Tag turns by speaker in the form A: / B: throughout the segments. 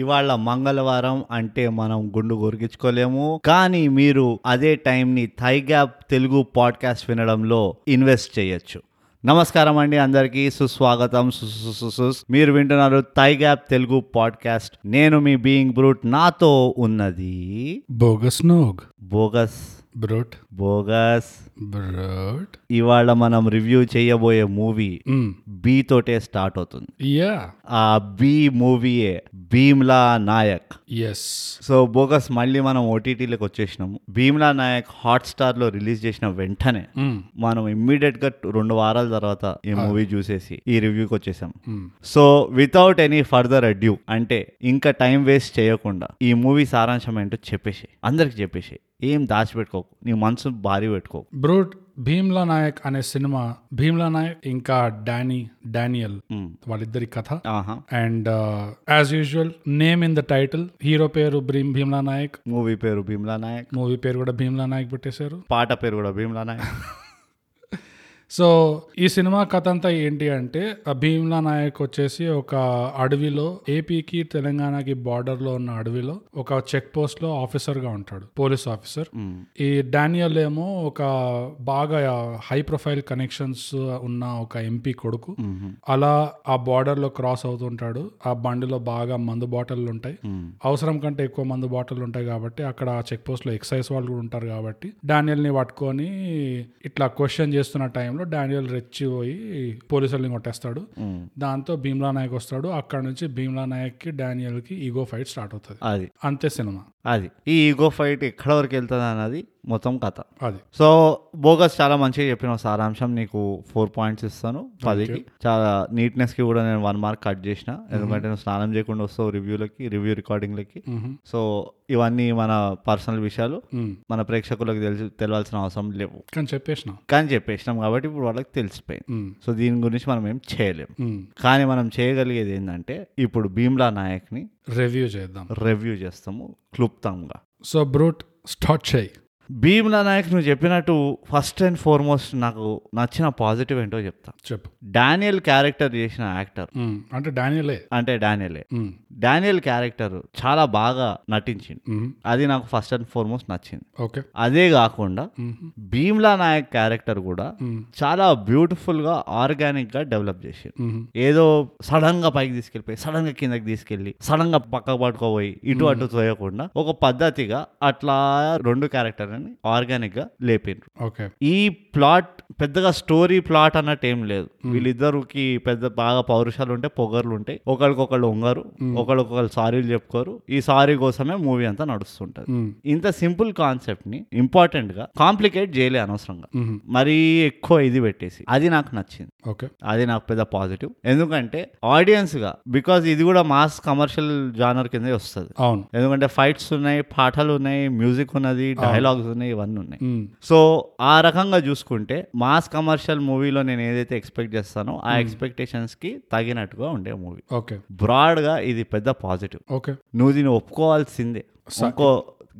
A: ఇవాళ మంగళవారం అంటే మనం గుండు గొరిగించుకోలేము కానీ మీరు అదే టైంని థైగ్యాప్ తెలుగు పాడ్కాస్ట్ వినడంలో ఇన్వెస్ట్ చేయొచ్చు నమస్కారం అండి అందరికీ సుస్వాగతం సుసుసుసుస్ మీరు వింటున్నారు థైగ్యాప్ తెలుగు పాడ్కాస్ట్ నేను మీ బీయింగ్ బ్రూట్ నాతో ఉన్నది
B: బోగస్ నోగ్
A: బోగస్
B: బ్రోట్
A: బోగస్
B: బ్రోట్
A: ఇవాళ మనం రివ్యూ చేయబోయే మూవీ
B: మ్,
A: బీ తోటే స్టార్ట్ అవుతుంది
B: యా
A: ఆ బీ మూవీయే Bheemla Nayak
B: yes
A: so bogus మళ్ళీ మనం ఓటీటీలకు వచ్చేసినాము భీమ్లా నాయక్ హాట్స్టార్లో రిలీజ్ చేసిన వెంటనే
B: మ్,
A: మనం ఇమ్మీడియట్ గా రెండు వారాల తర్వాత ఈ మూవీ చూసేసి ఈ రివ్యూకి వచ్చేసాం
B: మ్.
A: So without any further ado అంటే ఇంకా టైం వేస్ట్ చేయకుండా ఈ మూవీ సారాంశం ఏంటో చెప్పేసి అందరికి చెప్పేసి ఏం దాచిపెట్టుకోకు నీ మనసు భారీ పెట్టుకోకు
B: బ్రోట్ భీమ్లా నాయక్ అనే సినిమా భీమ్లా నాయక్ ఇంకా డానీ డానియల్ వాళ్ళిద్దరి కథ uh,
A: ఆహా
B: and as usual name in the title hero పేరు భీమ్ భీమ్లా నాయక్
A: మూవీ పేరు భీమ్లా నాయక్
B: మూవీ పేరు కూడా భీమ్లా నాయక్ పెట్టేశారు
A: పాట పేరు కూడా భీమ్లా నాయక్
B: సో ఈ సినిమా కథ అంతా ఏంటి అంటే ఆ భీమ్లా నాయక్ వచ్చేసి ఒక అడవిలో ఏపీకి తెలంగాణకి బార్డర్ లో ఉన్న అడవిలో ఒక చెక్ పోస్ట్ లో ఆఫీసర్ గా ఉంటాడు పోలీస్ ఆఫీసర్ ఈ డానియల్ ఏమో ఒక బాగా హై ప్రొఫైల్ కనెక్షన్స్ ఉన్న ఒక ఎంపీ కొడుకు అలా ఆ బార్డర్ లో క్రాస్ అవుతుంటాడు ఆ బండిలో బాగా మందు బాటిల్ ఉంటాయి అవసరం కంటే ఎక్కువ మందు బాటిల్ ఉంటాయి కాబట్టి అక్కడ ఆ చెక్ పోస్ట్ లో ఎక్సైజ్ వాళ్ళు కూడా ఉంటారు కాబట్టి డానియల్ ని పట్టుకొని ఇట్లా క్వశ్చన్ చేస్తున్న టైంలో డానియల్ రెచ్చిపోయి పోలీసుల్ని కొట్టేస్తాడు దాంతో భీమ్లా నాయక్ వస్తాడు అక్కడ నుంచి భీమ్లా నాయక్ కి డానియల్ కి ఈగో ఫైట్ స్టార్ట్ అవుతుంది
A: అది
B: అంతే సినిమా
A: అది ఈ ఈగో ఫైట్ ఎక్కడ వరకు వెళ్తుంది అన్నది మొత్తం కథ
B: అది
A: సో బోగస్ చాలా మంచిగా చెప్పిన సారాంశం నీకు ఫోర్ పాయింట్స్ ఇస్తాను పదికి చాలా నీట్నెస్ కి కూడా నేను వన్ మార్క్ కట్ చేసిన ఎందుకంటే నువ్వు స్నానం చేయకుండా వస్తావు రివ్యూలకి రివ్యూ రికార్డింగ్లకి
B: మ్హూ.
A: సో ఇవన్నీ మన పర్సనల్ విషయాలు
B: మ్.
A: మన ప్రేక్షకులకు తెలిసి తెలవాల్సిన అవసరం లేవు
B: కానీ చెప్పేసిన
A: కానీ చెప్పేసినాం కాబట్టి ఇప్పుడు వాళ్ళకి తెలిసిపోయింది
B: మ్.
A: సో దీని గురించి మనం ఏం చేయలేం
B: మ్.
A: కానీ మనం చేయగలిగేది ఏంటంటే ఇప్పుడు భీమ్లా నాయక్ని
B: రివ్యూ చేద్దాం
A: రివ్యూ చేస్తాము క్లుప్తంగా
B: సో బ్రూట్ స్టార్ట్ చేయి
A: భీమ్లా నాయక్ నువ్వు చెప్పినట్టు ఫస్ట్ అండ్ ఫార్మోస్ట్ నాకు నచ్చిన పాజిటివ్ ఏంటో చెప్తా
B: చెప్పు
A: డానియల్ క్యారెక్టర్ చేసిన యాక్టర్
B: మ్. అంటే డానియలే
A: అంటే డానియలే
B: మ్.
A: డానియల్ క్యారెక్టర్ చాలా బాగా నటించింది
B: మ్.
A: అది నాకు ఫస్ట్ అండ్ ఫార్మోస్ట్ నచ్చింది
B: ఓకే
A: అదే కాకుండా
B: మ్హూ.
A: భీమ్లా నాయక్ క్యారెక్టర్ కూడా
B: మ్.
A: చాలా బ్యూటిఫుల్ గా ఆర్గానిక్ గా డెవలప్ చేసింది
B: మ్హూ.
A: ఏదో సడన్ గా పైకి తీసుకెళ్ళిపోయి సడన్ గా కిందకి తీసుకెళ్ళి సడన్ గా పక్కకు పట్టుకోపోయి ఇటు అటు తోయకుండా ఒక పద్ధతిగా అట్లా రెండు క్యారెక్టర్ని ఆర్గానిక్ గా లేపిండ్రు
B: ఓకే
A: ఈ ప్లాట్ పెద్దగా స్టోరీ ప్లాట్ అన్నట్టు ఏం లేదు వీళ్ళిద్దరికి పెద్ద బాగా పౌరుషాలు ఉంటాయి పొగర్లు ఉంటాయి ఒకరికొకళ్ళు ఉంగరు ఒకరికొకళ్ళు సారీలు చెప్పుకోరు ఈ సారీ కోసమే మూవీ అంతా నడుస్తుంటది
B: మ్.
A: ఇంత సింపుల్ కాన్సెప్ట్ ని ఇంపార్టెంట్ గా కాంప్లికేట్ చేయలే అనవసరంగా
B: మ్హూ.
A: మరీ ఎక్కువ ఇది పెట్టేసి అది నాకు నచ్చింది
B: ఓకే
A: అది నాకు పెద్ద పాజిటివ్ ఎందుకంటే audience గా బికాజ్ ఇది కూడా మాస్ కమర్షియల్ జానర్ కిందే వస్తుంది
B: అవును
A: ఎందుకంటే ఫైట్స్ ఉన్నాయి పాటలు ఉన్నాయి మ్యూజిక్ ఉన్నది డైలాగ్స్ ఉన్నాయి ఇవన్నీ ఉన్నాయి
B: మ్.
A: సో ఆ రకంగా చూసుకుంటే మాస్ కమర్షియల్ మూవీలో నేను ఏదైతే ఎక్స్పెక్ట్ చేస్తానో ఆ ఎక్స్పెక్టేషన్స్ కి తగినట్టుగా ఉండే మూవీ
B: ఓకే
A: బ్రాడ్ గా ఇది పెద్ద పాజిటివ్
B: ఓకే
A: నువ్వు దీన్ని ఒప్పుకోవాల్సిందే ఇంకో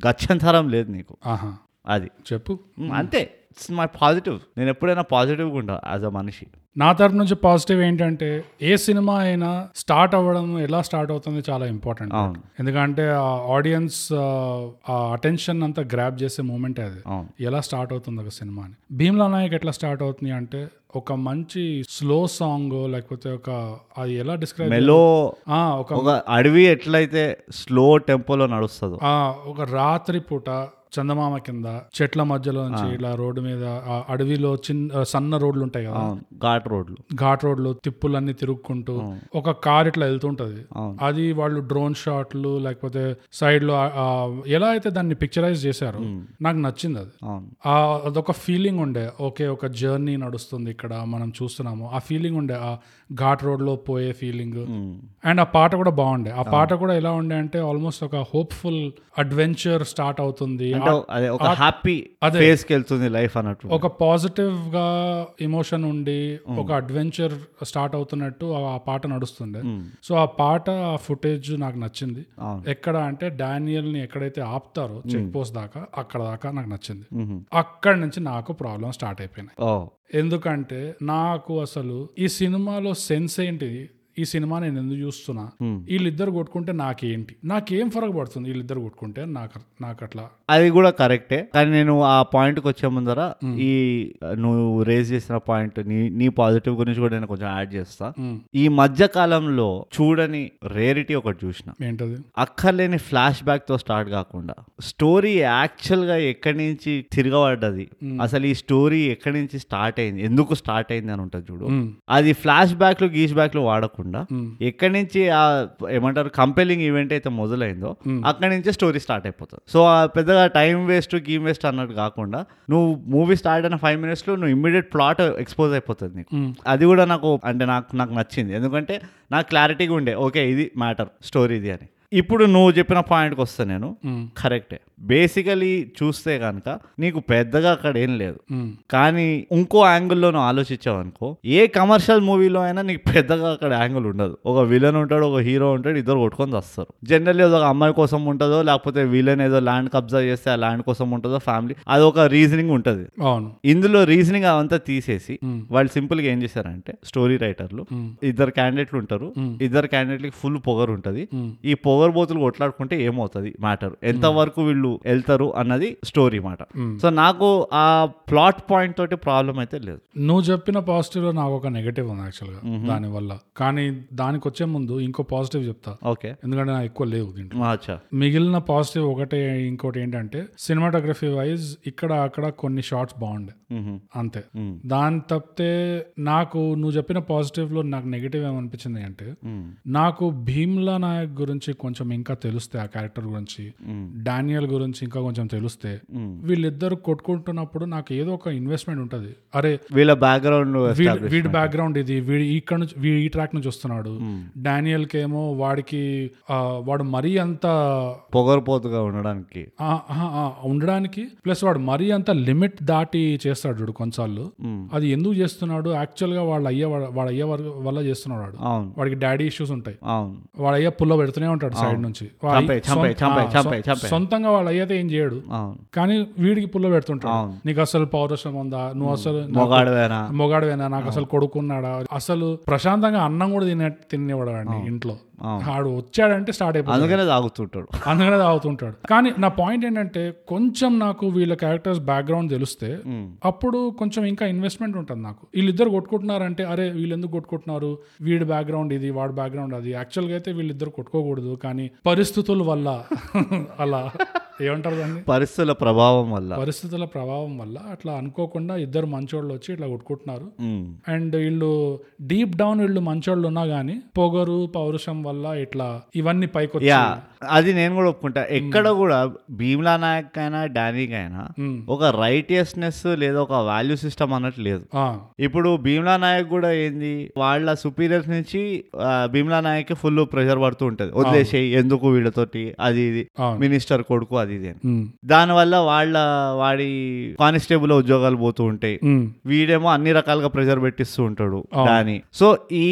A: గచ్చంతరం లేదు నీకు
B: ఆహా
A: అది
B: చెప్పు
A: మ్, అంతే ఇట్స్ మై పాజిటివ్ నేను ఎప్పుడైనా పాజిటివ్గా ఉంటా యాజ్ అ మనిషి
B: నా తరపు నుంచి పాజిటివ్ ఏంటంటే ఏ సినిమా అయినా స్టార్ట్ అవ్వడం ఎలా స్టార్ట్ అవుతుంది చాలా ఇంపార్టెంట్
A: అవును
B: ఎందుకంటే ఆ ఆడియన్స్ ఆ అటెన్షన్ అంతా గ్రాప్ చేసే మూమెంట్ అది
A: అవును
B: ఎలా స్టార్ట్ అవుతుంది ఒక సినిమా అని భీమ్లా నాయక్ ఎట్లా స్టార్ట్ అవుతుంది అంటే ఒక మంచి స్లో సాంగ్ లేకపోతే ఒక అది ఎలా డిస్క్రైబ్
A: మెలో
B: ఒక
A: ఒక అడవి ఎట్లయితే స్లో టెంపోలో నడుస్తుందో
B: ఆ ఒక రాత్రి పూట చందమామ కింద చెట్ల మధ్యలో నుంచి ఇలా రోడ్డు మీద ఆ అడవిలో చిన్న సన్న రోడ్లు ఉంటాయి కదా
A: అవును ఘాట్ రోడ్లు
B: ఘాట్ రోడ్లు తిప్పులన్నీ తిరుక్కుంటూ ఒక కార్ ఇట్లా వెళ్తుంటది అది వాళ్ళు డ్రోన్ షాట్లు లేకపోతే సైడ్ లో ఆ- ఆ ఎలా అయితే దాన్ని పిక్చరైజ్ చేశారో నాకు నచ్చింది అది
A: అవును
B: ఆ అదొక ఫీలింగ్ ఉండే ఓకే ఒక జర్నీ నడుస్తుంది ఇక్కడ మనం చూస్తున్నాము ఆ ఫీలింగ్ ఉండే ఆ ఘాట్ రోడ్ లో పోయే ఫీలింగ్ అండ్ ఆ పాట కూడా బాగుండే ఆ పాట కూడా ఎలా ఉండే అంటే ఆల్మోస్ట్ ఒక హోప్ఫుల్ అడ్వెంచర్ స్టార్ట్ అవుతుంది
A: అంటే అదే ఒక హ్యాపీ ఫేస్కి వెళ్తుంది లైఫ్ అన్నట్టు
B: ఒక పాజిటివ్ గా ఎమోషన్ ఉండి ఒక అడ్వెంచర్ స్టార్ట్ అవుతున్నట్టు ఆ ఆ పాట నడుస్తుండే సో ఆ పాట ఆ ఫుటేజ్ నాకు నచ్చింది
A: అవును.
B: ఎక్కడ అంటే డానియల్ ని ఎక్కడైతే ఆపుతారో చెక్ పోస్ట్ దాకా అక్కడ దాకా నాకు నచ్చింది అక్కడ నుంచి నాకు ప్రాబ్లం స్టార్ట్ అయిపోయినాయి
A: ఓ
B: ఎందుకంటే నాకు అసలు ఈ సినిమాలో సెన్స్ ఏంటిది ఈ ఈ సినిమా నేను ఎందుకు చూస్తున్నా వీళ్ళిద్దరు కొట్టుకుంటే నాకేంటి నాకేం ఫరక పడుతుంది వీళ్ళిద్దరు కొట్టుకుంటే నాకు నాకు అట్లా
A: అది కూడా కరెక్టే కానీ నేను ఆ పాయింట్కి వచ్చే ముందర ఈ నువ్వు రేజ్ చేసిన పాయింట్ నీ నీ పాజిటివ్ గురించి కూడా నేను కొంచెం యాడ్ చేస్తా
B: Hmm.
A: ఈ మధ్య కాలంలో చూడని రేరిటీ ఒకటి చూసిన
B: ఏంటది
A: అక్కర్లేని ఫ్లాష్ బ్యాక్ తో స్టార్ట్ కాకుండా స్టోరీ యాక్చువల్ గా ఎక్కడి నుంచి తిరగబడ్డది అసలు ఈ స్టోరీ ఎక్కడి నుంచి స్టార్ట్ అయింది ఎందుకు స్టార్ట్ అయింది అని ఉంటుంది చూడు
B: మ్మ్.
A: అది ఫ్లాష్ బ్యాక్లు గీష్ బ్యాక్లు వాడకుండా
B: మ్మ్.
A: ఎక్కడి నుంచి ఆ ఏమంటారు కంపెలింగ్ ఈవెంట్ అయితే మొదలైందో అక్కడి నుంచే స్టోరీ స్టార్ట్ అయిపోతుంది సో ఆ పెద్దగా టైం వేస్ట్ గేమ్ వేస్ట్ అన్నట్టు కాకుండా నువ్వు మూవీ స్టార్ట్ అయిన ఫైవ్ మినిట్స్లో నువ్వు ఇమ్మీడియట్ ప్లాట్ ఎక్స్పోజ్ అయిపోతుంది నీకు
B: మ్మ్.
A: అది కూడా నాకు అంటే నాకు నాకు నచ్చింది ఎందుకంటే నాకు క్లారిటీగా ఉండే ఓకే ఇది మ్యాటర్ స్టోరీ ఇది అని ఇప్పుడు నువ్వు చెప్పిన పాయింట్కి వస్తా నేను
B: మ్మ్.
A: కరెక్టే బేసికలీ చూస్తే కనుక నీకు పెద్దగా అక్కడ ఏం లేదు
B: మ్మ్.
A: కానీ ఇంకో యాంగిల్లో నువ్వు ఆలోచించావు అనుకో ఏ కమర్షియల్ మూవీలో అయినా నీకు పెద్దగా అక్కడ యాంగిల్ ఉండదు ఒక విలన్ ఉంటాడు ఒక హీరో ఉంటాడు ఇద్దరు కొట్టుకొని వస్తారు జనరల్లీ ఒక అమ్మాయి కోసం ఉంటుందో లేకపోతే విలన్ ఏదో ల్యాండ్ కబ్జా చేస్తే ఆ ల్యాండ్ కోసం ఉంటుందో ఫ్యామిలీ అది ఒక రీజనింగ్ ఉంటుంది
B: అవును
A: ఇందులో రీజనింగ్ అవంతా తీసేసి
B: మ్మ్.
A: వాళ్ళు సింపుల్ గా ఏం చేశారంటే స్టోరీ రైటర్లు
B: మ్మ్.
A: ఇద్దరు క్యాండిడేట్లు ఉంటారు
B: మ్మ్.
A: ఇద్దరు క్యాండిడేట్లకి ఫుల్ పొగరు ఉంటుంది
B: మ్మ్.
A: ఈ పొగరు బోతులు కొట్లాడుకుంటే ఏమవుతుంది మ్యాటర్ ఎంత వరకు వీళ్ళు వెళ్తారు అన్నది స్టోరీ మాట
B: మ్మ్.
A: సో నాకు ఆ ప్లాట్ పాయింట్ తోటి ప్రాబ్లం అయితే లేదు
B: నువ్వు చెప్పిన పాజిటివ్ లో నాకు ఒక నెగటివ్ ఉంది యాక్చువల్గా దాని వల్ల కానీ దానికి వచ్చే ముందు ఇంకో పాజిటివ్ చెప్తా
A: ఓకే
B: ఎందుకంటే నాకు ఎక్కువ లేవు దీంట్లో
A: అచ్చా
B: మిగిలిన పాజిటివ్ ఒకటే ఇంకోటి ఏంటంటే సినిమాటోగ్రఫీ వైజ్ ఇక్కడ అక్కడ కొన్ని షార్ట్స్ బాగుండే అంతే దాని తప్పితే నాకు నువ్వు చెప్పిన పాజిటివ్ లో నాకు నెగిటివ్ ఏమనిపించింది అంటే నాకు భీమ్లా నాయక్ గురించి కొంచెం ఇంకా తెలిస్తే ఆ క్యారెక్టర్ గురించి డానియల్ గురించి ఇంకా కొంచెం తెలిస్తే వీళ్ళిద్దరు కొట్టుకుంటున్నప్పుడు నాకు ఏదో ఒక ఇన్వెస్ట్మెంట్ ఉంటుంది అరే
A: వీళ్ళ బ్యాక్గ్రౌండ్
B: వీడి వీడి బ్యాక్గ్రౌండ్ ఇది వీడి ఇక్కడ నుంచి వీడి ఈ ట్రాక్ నుంచి వస్తున్నాడు డానియల్ కేమో వాడికి ఆ, వాడు మరీ అంత
A: పొగరుపోతుగా ఉండడానికి
B: ఆ, ఆ, ఆ, ఉండడానికి ప్లస్ వాడు మరీ అంత లిమిట్ దాటి చేస్తాడు చూడు కొన్నిసార్లు అది ఎందుకు చేస్తున్నాడు యాక్చువల్ గా వాళ్ళు అయ్యే వాడు వాడు అయ్యే వర- వల్ల చేస్తున్నాడు వాడు
A: అవును
B: వాడికి డాడీ ఇష్యూస్ ఉంటాయి
A: అవును
B: వాడు అయ్యే పుల్ల పెడుతూనే ఉంటాడు సైడ్ నుంచి వాడు
A: చంపే చంపే చంపే
B: ఆ,
A: చంపే
B: సొం-
A: చంపే
B: సొంతంగా వాళ్ళు అయ్యతే ఏం చేయడు
A: అవును
B: కానీ వీడికి పుల్ల పెడుతుంటాడు
A: అవును.
B: నీకు అసలు పౌరుషం ఉందా నువ్వు అసలు
A: మొగాడువేనా
B: మొగాడువేనా నాకు అసలు కొడుకున్నాడా అసలు ప్రశాంతంగా అన్నం కూడా తినే తినేవాడు అండి ఇంట్లో
A: అవును.
B: ఆడు వచ్చాడంటే స్టార్ట్ అయిపోతుంది
A: అందుకనే తాగుతుంటాడు
B: అందుకనే తాగుతుంటాడు కానీ నా పాయింట్ ఏంటంటే కొంచెం నాకు వీళ్ళ క్యారెక్టర్స్ బ్యాక్గ్రౌండ్ తెలిస్తే అప్పుడు కొంచెం ఇంకా ఇన్వెస్ట్మెంట్ ఉంటుంది నాకు వీళ్ళిద్దరు కొట్టుకుంటున్నారంటే అరే వీళ్ళు ఎందుకు కొట్టుకుంటున్నారు వీడి బ్యాక్గ్రౌండ్ ఇది వాడి బ్యాక్గ్రౌండ్ అది యాక్చువల్గా అయితే వీళ్ళిద్దరు కొట్టుకోకూడదు కానీ పరిస్థితుల వల్ల అలా ఏమంటారు దాన్ని
A: పరిస్థితుల ప్రభావం వల్ల
B: పరిస్థితుల ప్రభావం వల్ల అట్లా అనుకోకుండా ఇద్దరు మంచోళ్ళు వచ్చి ఇట్లా కొట్టుకుంటున్నారు
A: ఉమ్.
B: అండ్ వీళ్ళు డీప్ డౌన్ వీళ్ళు మంచోళ్ళు ఉన్నా గానీ పొగరు పౌరుషం వల్ల ఇట్లా ఇవన్నీ పైకొచ్చి
A: యా అది నేను కూడా ఒప్పుకుంటా ఎక్కడ కూడా భీమ్లా నాయక్ అయినా డానీకి అయినా
B: మ్మ్.
A: ఒక రైటియస్నెస్ లేదా ఒక వాల్యూ సిస్టమ్ అన్నట్టు లేదు
B: ఆ,
A: ఇప్పుడు భీమ్లా నాయక్ కూడా ఏంది వాళ్ళ సుపీరియర్స్ నుంచి ఆ, భీమ్లా నాయక్ ఫుల్ ప్రెషర్ పడుతూ ఉంటది వదిలేసేయి ఎందుకు వీళ్ళతోటి అది ఇది
B: అవును.
A: మినిస్టర్ కొడుకు అది ఇది అని
B: ఉమ్,
A: దానివల్ల వాళ్ళ వాడి కానిస్టేబుల్ ఉద్యోగాలు పోతూ ఉంటాయి
B: ఉమ్,
A: వీడేమో అన్ని రకాలుగా ప్రెజర్ పెట్టిస్తూ ఉంటాడు దాని సో ఈ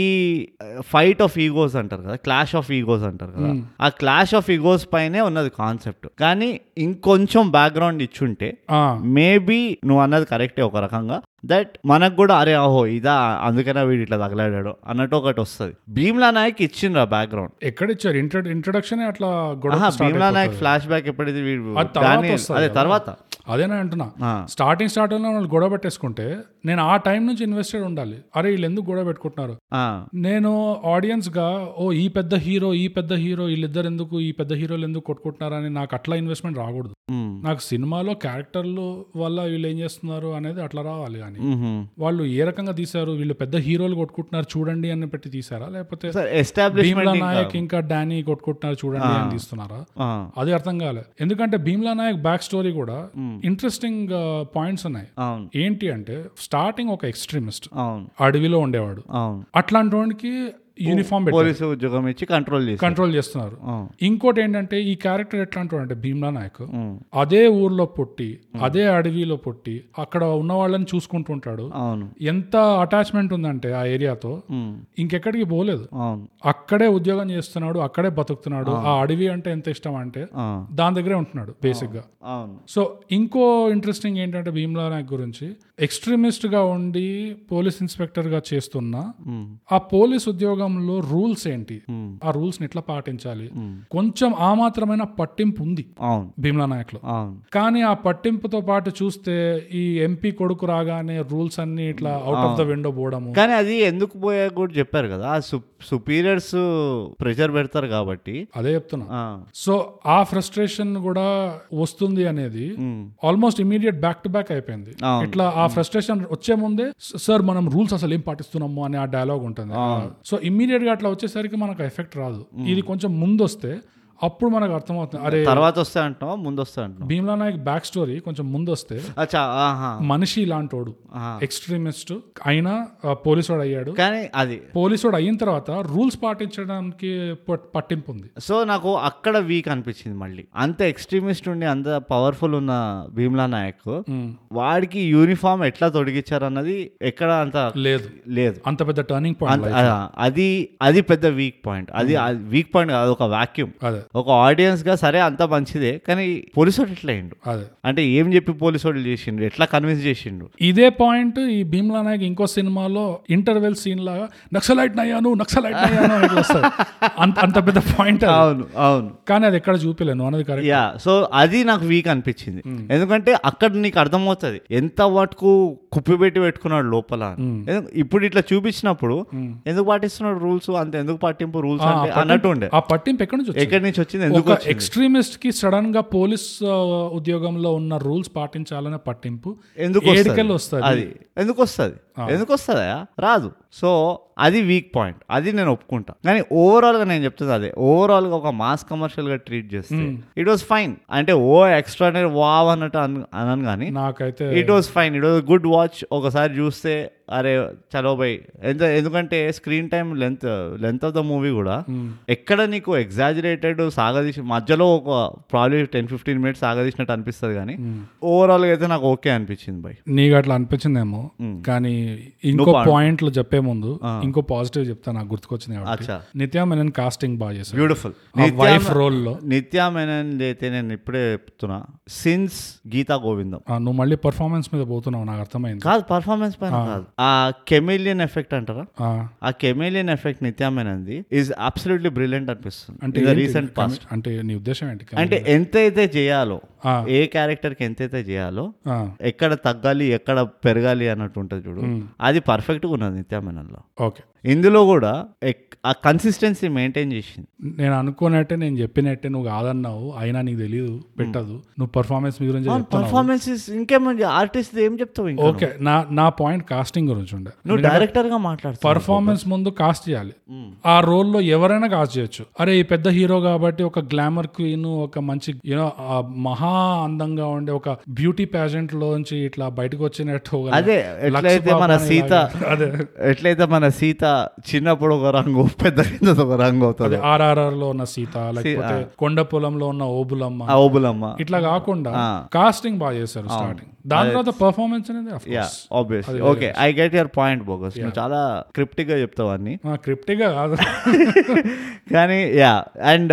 A: ఫైట్ ఆఫ్ ఈగోస్ అంటారు కదా క్లాష్ ఆఫ్ ఈగోస్ అంటారు కదా ఆ క్లాష్ ఆఫ్ ఈగోస్ పైనే ఉన్నది కాన్సెప్ట్ కానీ ఇంకొంచెం బ్యాక్గ్రౌండ్ ఇచ్చుంటే
B: ఆ,
A: మేబీ నువ్వు అన్నది కరెక్టే ఒక రకంగా దట్ మనకు కూడా అరే ఆహో ఇదా అందుకనే వీడు ఇట్లా తగలాడాడు అన్నట్టు ఒకటి వస్తుంది భీమ్లా నాయక్ ఇచ్చిండ్రు ఆ బ్యాక్గ్రౌండ్
B: ఎక్కడ ఇచ్చారు ఇంట్రో ఇంట్రొడక్షన్ అట్లా గొడవ
A: ఆహా,
B: start
A: భీమ్లా నాయక్
B: అయిపోతుంది.
A: ఫ్లాష్ బ్యాక్ ఎప్పుడైతే వీడు
B: అది తర్వాత
A: దాని-
B: వస్తది
A: అదే
B: కదా.
A: తర్వాత
B: అదేనా అంటున్నా
A: ఆ.
B: స్టార్టింగ్ స్టార్టింగ్ లో వాళ్ళు గొడవ పెట్టేసుకుంటే నేను ఆ టైం నుంచి ఇన్వెస్టెడ్ ఉండాలి అరే వీళ్ళు ఎందుకు గొడవ పెట్టుకుంటున్నారు
A: ఆ,
B: నేను ఆడియన్స్ గా ఓ ఈ పెద్ద హీరో ఈ పెద్ద హీరో వీళ్ళిద్దరు ఎందుకు ఈ పెద్ద హీరోలు ఎందుకు కొట్టుకుంటున్నారని నాకు అట్లా ఇన్వెస్ట్మెంట్ రాకూడదు
A: ఉమ్,
B: నాకు సినిమాలో క్యారెక్టర్లు వల్ల వీళ్ళు ఏం చేస్తున్నారు అనేది అట్లా రావాలి కానీ
A: ఉమ్హు.
B: వాళ్ళు ఏ రకంగా తీశారు వీళ్ళు పెద్ద హీరోలు కొట్టుకుంటున్నారు చూడండి అని పెట్టి తీసారా లేకపోతే
A: సరే ఎస్టాబ్లిష్మెంట్
B: భీమ్లా నాయక్ ఇంకా డానీ కొట్టుకుంటున్నారు చూడండి అని తీస్తున్నారా
A: ఆ,
B: అది అర్థం కాలే ఎందుకంటే భీమ్లా నాయక్ బ్యాక్ స్టోరీ కూడా ఇంట్రెస్టింగ్ పాయింట్స్ ఉన్నాయి
A: అవును
B: ఏంటి అంటే స్టార్టింగ్ ఒక ఎక్స్ట్రీమిస్ట్
A: అవును
B: అడవిలో ఉండేవాడు
A: అవును
B: అట్లాంటి వాడికి యూనిఫామ్ పెట్టి
A: పోలీసు ఉద్యోగం ఇచ్చి కంట్రోల్ చేసి
B: కంట్రోల్ చేస్తున్నారు
A: అవును
B: ఇంకోటి ఏంటంటే ఈ క్యారెక్టర్ ఎట్లాంటి వాడు అంటే భీమ్లా నాయక్ అదే ఊర్లో పుట్టి అదే అడవిలో పుట్టి అక్కడ ఉన్న వాళ్ళని చూసుకుంటుంటాడు
A: అవును
B: ఎంత అటాచ్మెంట్ ఉందంటే ఆ ఏరియాతో
A: ఉమ్,
B: ఇంకెక్కడికి పోలేదు
A: అవును
B: అక్కడే ఉద్యోగం చేస్తున్నాడు అక్కడే బతుకుతున్నాడు ఆ అడవి అంటే ఎంత ఇష్టం అంటే
A: ఆ,
B: దాని దగ్గరే ఉంటున్నాడు బేసిక్ గా
A: అవును
B: సో ఇంకో ఇంట్రెస్టింగ్ ఏంటంటే భీమ్లా నాయక్ గురించి ఎక్స్ట్రీమిస్ట్ గా ఉండి పోలీస్ ఇన్స్పెక్టర్ గా చేస్తున్న
A: ఉమ్,
B: ఆ పోలీస్ ఉద్యోగం చట్టంలో రూల్స్ ఏంటి ఆ రూల్స్ ని ఎట్లా పాటించాలి కొంచెం ఆ మాత్రమైన పట్టింపు ఉంది
A: అవును
B: భీమ్లా నాయక్ లో
A: అవును
B: కానీ ఆ పట్టింపుతో పాటు చూస్తే ఈ ఎంపీ కొడుకు రాగానే రూల్స్ అన్ని ఇట్లా అవుట్ ఆఫ్ ద విండో పోవడము
A: కానీ అది ఎందుకు పోయా కూడా చెప్పారు కదా ఆ సుపీరియర్స్ ప్రెషర్ పెడతారు కాబట్టి
B: అదే చెప్తున్నా
A: ఆ,
B: సో ఆ ఫ్రస్ట్రేషన్ కూడా వస్తుంది అనేది
A: ఉమ్,
B: almost immediate back to back అయిపోయింది
A: Hmm. అవును. Hmm.
B: ఇట్లా ఆ ఫ్రస్ట్రేషన్ వచ్చే ముందే సార్ మనం రూల్స్ అసలు ఏం పాటిస్తున్నాము అనే ఆ డైలాగ్ ఉంటుంది సో ఇమీడియట్ గా అట్లా వచ్చేసరికి మనకు ఎఫెక్ట్ రాదు
A: Hmm.
B: ఇది కొంచెం ముందు వస్తే అప్పుడు మనకు అర్థమవుతుంది అరే
A: తర్వాత వస్తా అంటున్నావా ముందు వస్తా అంటున్నావు
B: భీమ్లా నాయక్ బ్యాక్ స్టోరీ కొంచెం ముందు వస్తే
A: అచ్చా ఆహా
B: మనిషి ఇలాంటోడు
A: ఆ.
B: ఎక్స్ట్రీమిస్ట్ అయినా ఆ, పోలీసోడు అయ్యాడు
A: కానీ అది
B: పోలీసోడు అయిన తర్వాత రూల్స్ పాటించడానికి పట్- పట్టింపు ఉంది
A: సో నాకు అక్కడ వీక్ అనిపించింది మళ్ళీ అంత ఎక్స్ట్రీమిస్ట్ ఉండి అంత పవర్ఫుల్ ఉన్న భీమ్లా నాయక్
B: ఉమ్.
A: వాడికి యూనిఫామ్ ఎట్లా తొడిగించారు అన్నది ఎక్కడ అంత
B: లేదు
A: లేదు
B: అంత పెద్ద టర్నింగ్ పాయింట్
A: అంత- ఆ, అది అది పెద్ద వీక్ పాయింట్ అది వీక్ పాయింట్ కాదు ఒక వాక్యూమ్
B: అదే
A: ఒక ఆడియన్స్ గా సరే అంత మంచిదే కానీ పోలీసోడు ఎట్లా అయిండు
B: అదే
A: అంటే ఏం చెప్పి పోలీసోడు చేసిండు ఎట్లా కన్విన్స్ చేసిండు
B: ఇదే పాయింట్ ఈ భీమ్లా నాయక్ ఇంకో సినిమాలో ఇంటర్వెల్ సీన్ లాగా నక్సలైట్ నయ్యాను నక్సలైట్ నయ్యాను అని ఇట్లా వస్తాడు అంత అంత పెద్ద పాయింట్
A: అవును అవును
B: కానీ అది ఎక్కడ చూపిలేను అనేది కరెక్ట్
A: యా సో అది నాకు వీక్ అనిపించింది ఎందుకంటే అక్కడ నీకు అర్థమవుతుంది ఎంత వాటికు కుప్పిపెట్టి పెట్టుకున్నాడు లోపల అని. ఎందుకు- ఇప్పుడు ఇట్లా చూపించినప్పుడు ఎందుకు పాటిస్తున్నాడు రూల్స్ అంత ఎందుకు పాటింపు రూల్స్ అంటే అన్నట్టు ఉండే
B: ఆ పట్టింపు ఎక్కడి నుంచి వచ్చింది
A: ఎక్కడి నుంచి వచ్చింది ఎందుకు
B: ఒక
A: వచ్చింది?
B: ఎక్స్ట్రీమిస్ట్ కి సడన్ గా పోలీస్ ఆ, ఉద్యోగంలో ఉన్న రూల్స్ పాటించాలనే పట్టింపు
A: ఎందుకు
B: ఏడికెళ్ళి
A: వస్తది? అది
B: వస్తుంది
A: ఎందుకు వస్తుంది ఎందుకు వస్తుందా రాదు సో అది వీక్ పాయింట్ అది నేను ఒప్పుకుంటా కానీ ఓవరాల్ గా నేను చెప్తుంది అదే ఓవరాల్ గా ఒక మాస్ కమర్షియల్ గా ట్రీట్ చేస్తే ఇట్ వాస్ ఫైన్ అంటే ఓ ఎక్స్ట్రానరీ వావ్ అన్నట్టు అన్- అనను కానీ
B: నాకైతే
A: it was fine it was good watch ఒకసారి చూస్తే అరే చలో బై ఎంత ఎందుకంటే screen time length length of the movie కూడా ఎక్కడ నీకు ఎగ్జాజరేటెడ్ సాగదీసి మధ్యలో ఒక ప్రాబ్లీ టెన్ ఫిఫ్టీన్ మినిట్స్ సాగదీసినట్టు అనిపిస్తుంది కానీ ఓవరాల్గా అయితే నాకు ఓకే అనిపించింది బై
B: నీకు అట్లా అనిపించిందేమో కానీ ఇంకో పాయింట్లు చెప్పే ముందు ఇంకో పాజిటివ్ చెప్తా నాకు గుర్తుకొచ్చింది కాబట్టి.
A: అచ్చా.
B: నిత్యా మెనన్ కాస్టింగ్ బాగా చేశాడు
A: బ్యూటిఫుల్
B: వైఫ్ రోల్ లో
A: నిత్యా మేనన్ అయితే నేను ఇప్పుడే చెప్తున్నా సిన్స్ గీతా గోవిందం
B: ఆ, నువ్వు మళ్ళీ పర్ఫార్మెన్స్ మీద పోతున్నావు నాకు అర్థమైంది
A: కాదు పర్ఫార్మెన్స్ పైన కాదు ఆ కెమెలియన్ ఎఫెక్ట్ అంటారా
B: ఆ,
A: ఆ కెమేలియన్ ఎఫెక్ట్ నిత్యామేనంది ఈజ్ అబ్సల్యూట్లీ బ్రిలియంట్ అనిపిస్తుంది
B: అంటే
A: అంటే
B: ఏంటి?
A: రీసెంట్ పాస్ట్
B: అంటే నీ ఉద్దేశం ఏంటి
A: అంటే ఎంతైతే చేయాలో
B: ఆ.
A: ఏ క్యారెక్టర్ కి ఎంతైతే చేయాలో
B: ఆ,
A: ఎక్కడ తగ్గాలి ఎక్కడ పెరగాలి అన్నట్టు ఉంటుంది చూడు అది పర్ఫెక్ట్ గా ఉన్నది నిత్యామేనంలో
B: ఓకే
A: ఇందులో కూడా ఎక్- ఆ కన్సిస్టెన్సీ మెయింటైన్ చేసింది
B: నేను అనుకోనట్టే నేను చెప్పినట్టే నువ్వు కాదన్నావు అయినా నీకు తెలియదు పెట్టదు
A: Hmm.
B: నువ్వు పర్ఫార్మెన్స్ మీ గురించి చెప్తున్నావు
A: పర్ఫార్మెన్సెస్ ఇంకేమంది ఆర్టిస్ట్ ఏం చెప్తావు ఇంకా
B: ఓకే నా నా పాయింట్ కాస్టింగ్ గురించి ఉండే
A: నువ్వు డైరెక్టర్ గా మాట్లాడుతావు
B: పర్ఫార్మెన్స్
A: Hmm.
B: ముందు కాస్ట్ చేయాలి ఆ రోల్లో ఎవరైనా కాస్ట్ చేయొచ్చు అరే ఈ పెద్ద హీరో కాబట్టి ఒక గ్లామర్ క్వీన్ ఒక మంచి యూనో మహా అందంగా ఉండే ఒక బ్యూటీ పేజెంట్ లోంచి ఇట్లా బయటకు వచ్చినట్టు ఒక
A: అదే ఎట్లయితే మన
B: లక్ష్మీ
A: సీత
B: అదే
A: ఎట్లయితే మన సీత చిన్నప్పుడు ఒక రంగు పెద్ద ఒక రంగు అవుతుంది
B: ఆర్ఆర్ఆర్ లో ఉన్న సీత లేకపోతే కొండ పొలంలో ఉన్న ఓబులమ్మ
A: ఆ ఓబులమ్మ
B: ఇట్లా కాకుండా కాస్టింగ్ బాగా చేశారు స్టార్టింగ్ దాని తర్వాత పర్ఫార్మెన్స్ అనేది of course.
A: Obviously okay I get your point bogus నువ్వు చాలా క్రిప్టిక్ గా చెప్తావు అన్ని
B: ఆ, cryptic గా కాదు
A: కానీ యా అండ్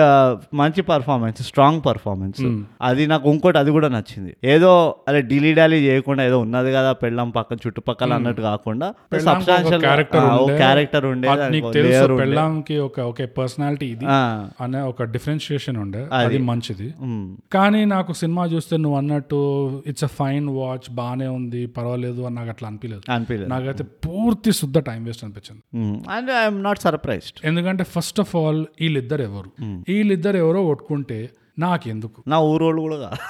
A: మంచి పర్ఫార్మెన్స్ స్ట్రాంగ్ పర్ఫార్మెన్స్
B: Hmm.
A: అది నాకు ఇంకోటి అది కూడా నచ్చింది ఏదో అదే డిలీ డాలీ చేయకుండా ఏదో ఉన్నది కదా పెళ్ళం పక్కన చుట్టుపక్కల అన్నట్టు కాకుండా సబ్స్టాన్షియల్
B: Hmm. character ఉండే.
A: క్యారెక్టర్
B: అది
A: ఉండేది
B: నీకు తెలుసు పెళ్ళాంకి ఒక ఒక పర్సనాలిటీ ఇది
A: ఆ, hmm,
B: అనే ఒక డిఫరెన్షియేషన్ ఉండే అది మంచిది
A: ఉమ్,
B: కానీ నాకు సినిమా చూస్తే నువ్వు అన్నట్టు ఇట్స్ అ ఫైన్ వాచ్ బానే ఉంది పర్వాలేదు అని నాకు అట్లా అనిపించలేదు
A: అనిపించలేదు
B: నాకైతే పూర్తి శుద్ధ టైం వేస్ట్ అనిపించింది
A: అండ్ ఐఎమ్ నాట్ సర్ప్రైజ్డ్
B: ఎందుకంటే ఫస్ట్ ఆఫ్ ఆల్ వీళ్ళిద్దరు ఎవరు
A: Hmm.
B: వీళ్ళిద్దరు ఎవరో కొట్టుకుంటే నాకెందుకు
A: నా ఊరోళ్ళు కూడా కాదు.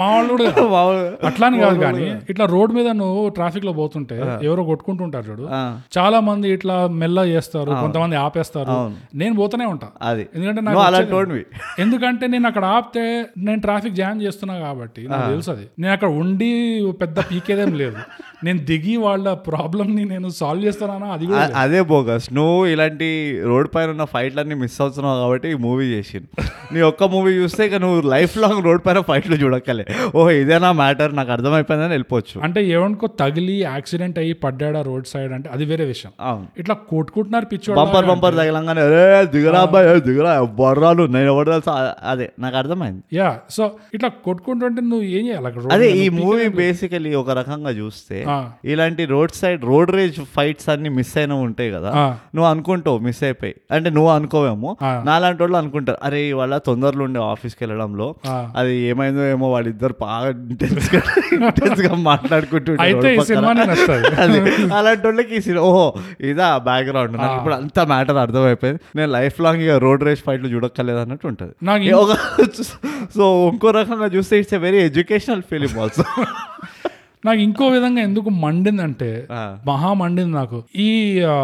B: మా వాళ్ళు కూడా కాదు.
A: మా ఊరు-
B: అట్లానే కాదు కానీ ఇట్లా రోడ్ మీద నువ్వు ట్రాఫిక్ లో పోతుంటే ఎవరో కొట్టుకుంటుంటారు చూడు
A: ఆ,
B: చాలా మంది ఇట్లా మెల్ల చేస్తారు కొంతమంది ఆపేస్తారు నేను పోతూనే ఉంటా
A: అది
B: ఎందుకంటే నాకు
A: నువ్వు అలాంటి వాడివి.
B: ఎందుకంటే నేను అక్కడ ఆపితే నేను ట్రాఫిక్ జామ్ చేస్తున్నా కాబట్టి నాకు తెలుసు అది నేను అక్కడ ఉండి పెద్ద పీకేదేం లేదు నేను దిగి వాళ్ళ ప్రాబ్లమ్ ని నేను సాల్వ్ చేస్తానా అది కూడా
A: అ- అదే బోగస్ నువ్వు ఇలాంటి రోడ్ పైన ఉన్న ఫైట్లన్నీ మిస్ అవుతున్నావు కాబట్టి ఈ మూవీ చేసి నీ ఒక్క మూవీ చూస్తే ఇక నువ్వు లైఫ్ లాంగ్ రోడ్ పైన ఫైట్లు చూడ చూడకలే ఓహో ఇదేనా మ్యాటర్ నాకు అర్థమైపోయిందని వెళ్ళిపోవచ్చు
B: అంటే ఎవరికో తగిలి యాక్సిడెంట్ అయ్యి పడ్డాడా రోడ్ సైడ్ అంటే అది వేరే విషయం
A: అవును
B: ఇట్లా కొట్టుకుంటున్నారు పిచ్చి
A: బంపర్ బంపర్ తగిలంగానే "అరే, దిగరా అబ్బాయి అరే, దిగరా బర్రాలు నేను ఎవరు తెలుసా అ- అదే నాకు అర్థమైంది
B: యా సో ఇట్లా కొట్టుకుంటుంటే నువ్వు ఏం చేయాలి అక్కడ
A: అదే
B: రోడ్డు
A: ఈ మూవీ బేసికలీ ఒక రకంగా చూస్తే
B: ఆ.
A: ఇలాంటి road side road rage fights అన్ని మిస్ అయినవి ఉంటాయి కదా
B: ఆ.
A: నువ్వు అనుకుంటావు మిస్ అయిపోయి అంటే నువ్వు అనుకోవేమో
B: ఆ.
A: నాలాంటి వాళ్ళు అనుకుంటారు అరే ఇవాళ తొందరలో ఉండే ఆఫీస్కి వెళ్ళడంలో
B: ఆ.
A: అది ఏమైందో ఏమో వాళ్ళిద్దరు బాగా ఇంటెన్స్ గా intense గా మాట్లాడుకుంటుంటే
B: అయితే ఈ సినిమానే నచ్చుతుంది
A: అది అలాంటి వాళ్ళకి ఈ సినిమా ఓహో ఇదా బ్యాక్గ్రౌండ్ నాకు ఇప్పుడు అంత మ్యాటర్ అర్థమైపోయింది నేను లైఫ్ లాంగ్ ఇక రోడ్ రేస్ ఫైట్లు చూడక్కర్లేదు అన్నట్టు ఉంటుంది
B: నాకు
A: ఏ ఒక సో ఇంకో రకంగా చూస్తే it's a very educational film also
B: నాకు ఇంకో విధంగా ఎందుకు మండిందంటే
A: ఆ.
B: మహా మండింది నాకు ఈ ఆ,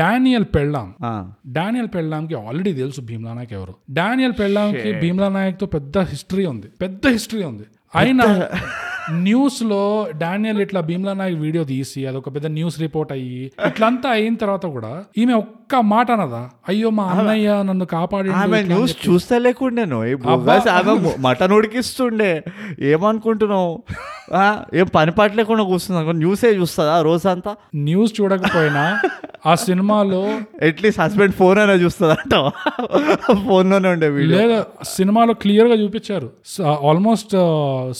B: డానియల్ పెళ్ళాం డానియల్ పెళ్ళాంకి ఆల్రెడీ తెలుసు భీమ్లా నాయక్ ఎవరు డానియల్ పెళ్ళాంకి భీమ్లా నాయక్ తో పెద్ద హిస్టరీ ఉంది పెద్ద హిస్టరీ ఉంది అయినా న్యూస్ లో డానియల్ ఇట్లా భీమ్లా నాయక్ వీడియో తీసి అదొక పెద్ద న్యూస్ రిపోర్ట్ అయ్యి ఇట్లంతా అయిన తర్వాత కూడా ఈమె ఒక్క మాట అనదా అయ్యో మా అన్నయ్య నన్ను కాపాడి
A: ఆమె న్యూస్ చూస్తే లేకుండేను ఈ బోగస్ ఆమె మటన్ ఉడికిస్తుండే ఏమనుకుంటున్నావు ఆ, ఏం పని పాట లేకుండా కూర్చుంది న్యూసే చూస్తుందా రోజంతా
B: న్యూస్ చూడకపోయినా ఆ సినిమాలో
A: అట్లీస్ట్ హస్బెండ్ ఫోన్ అయినా చూస్తుంది అంట ఫోన్లోనే ఉండే వీడియో
B: లేదా సినిమాలో క్లియర్ గా చూపించారు ఆల్మోస్ట్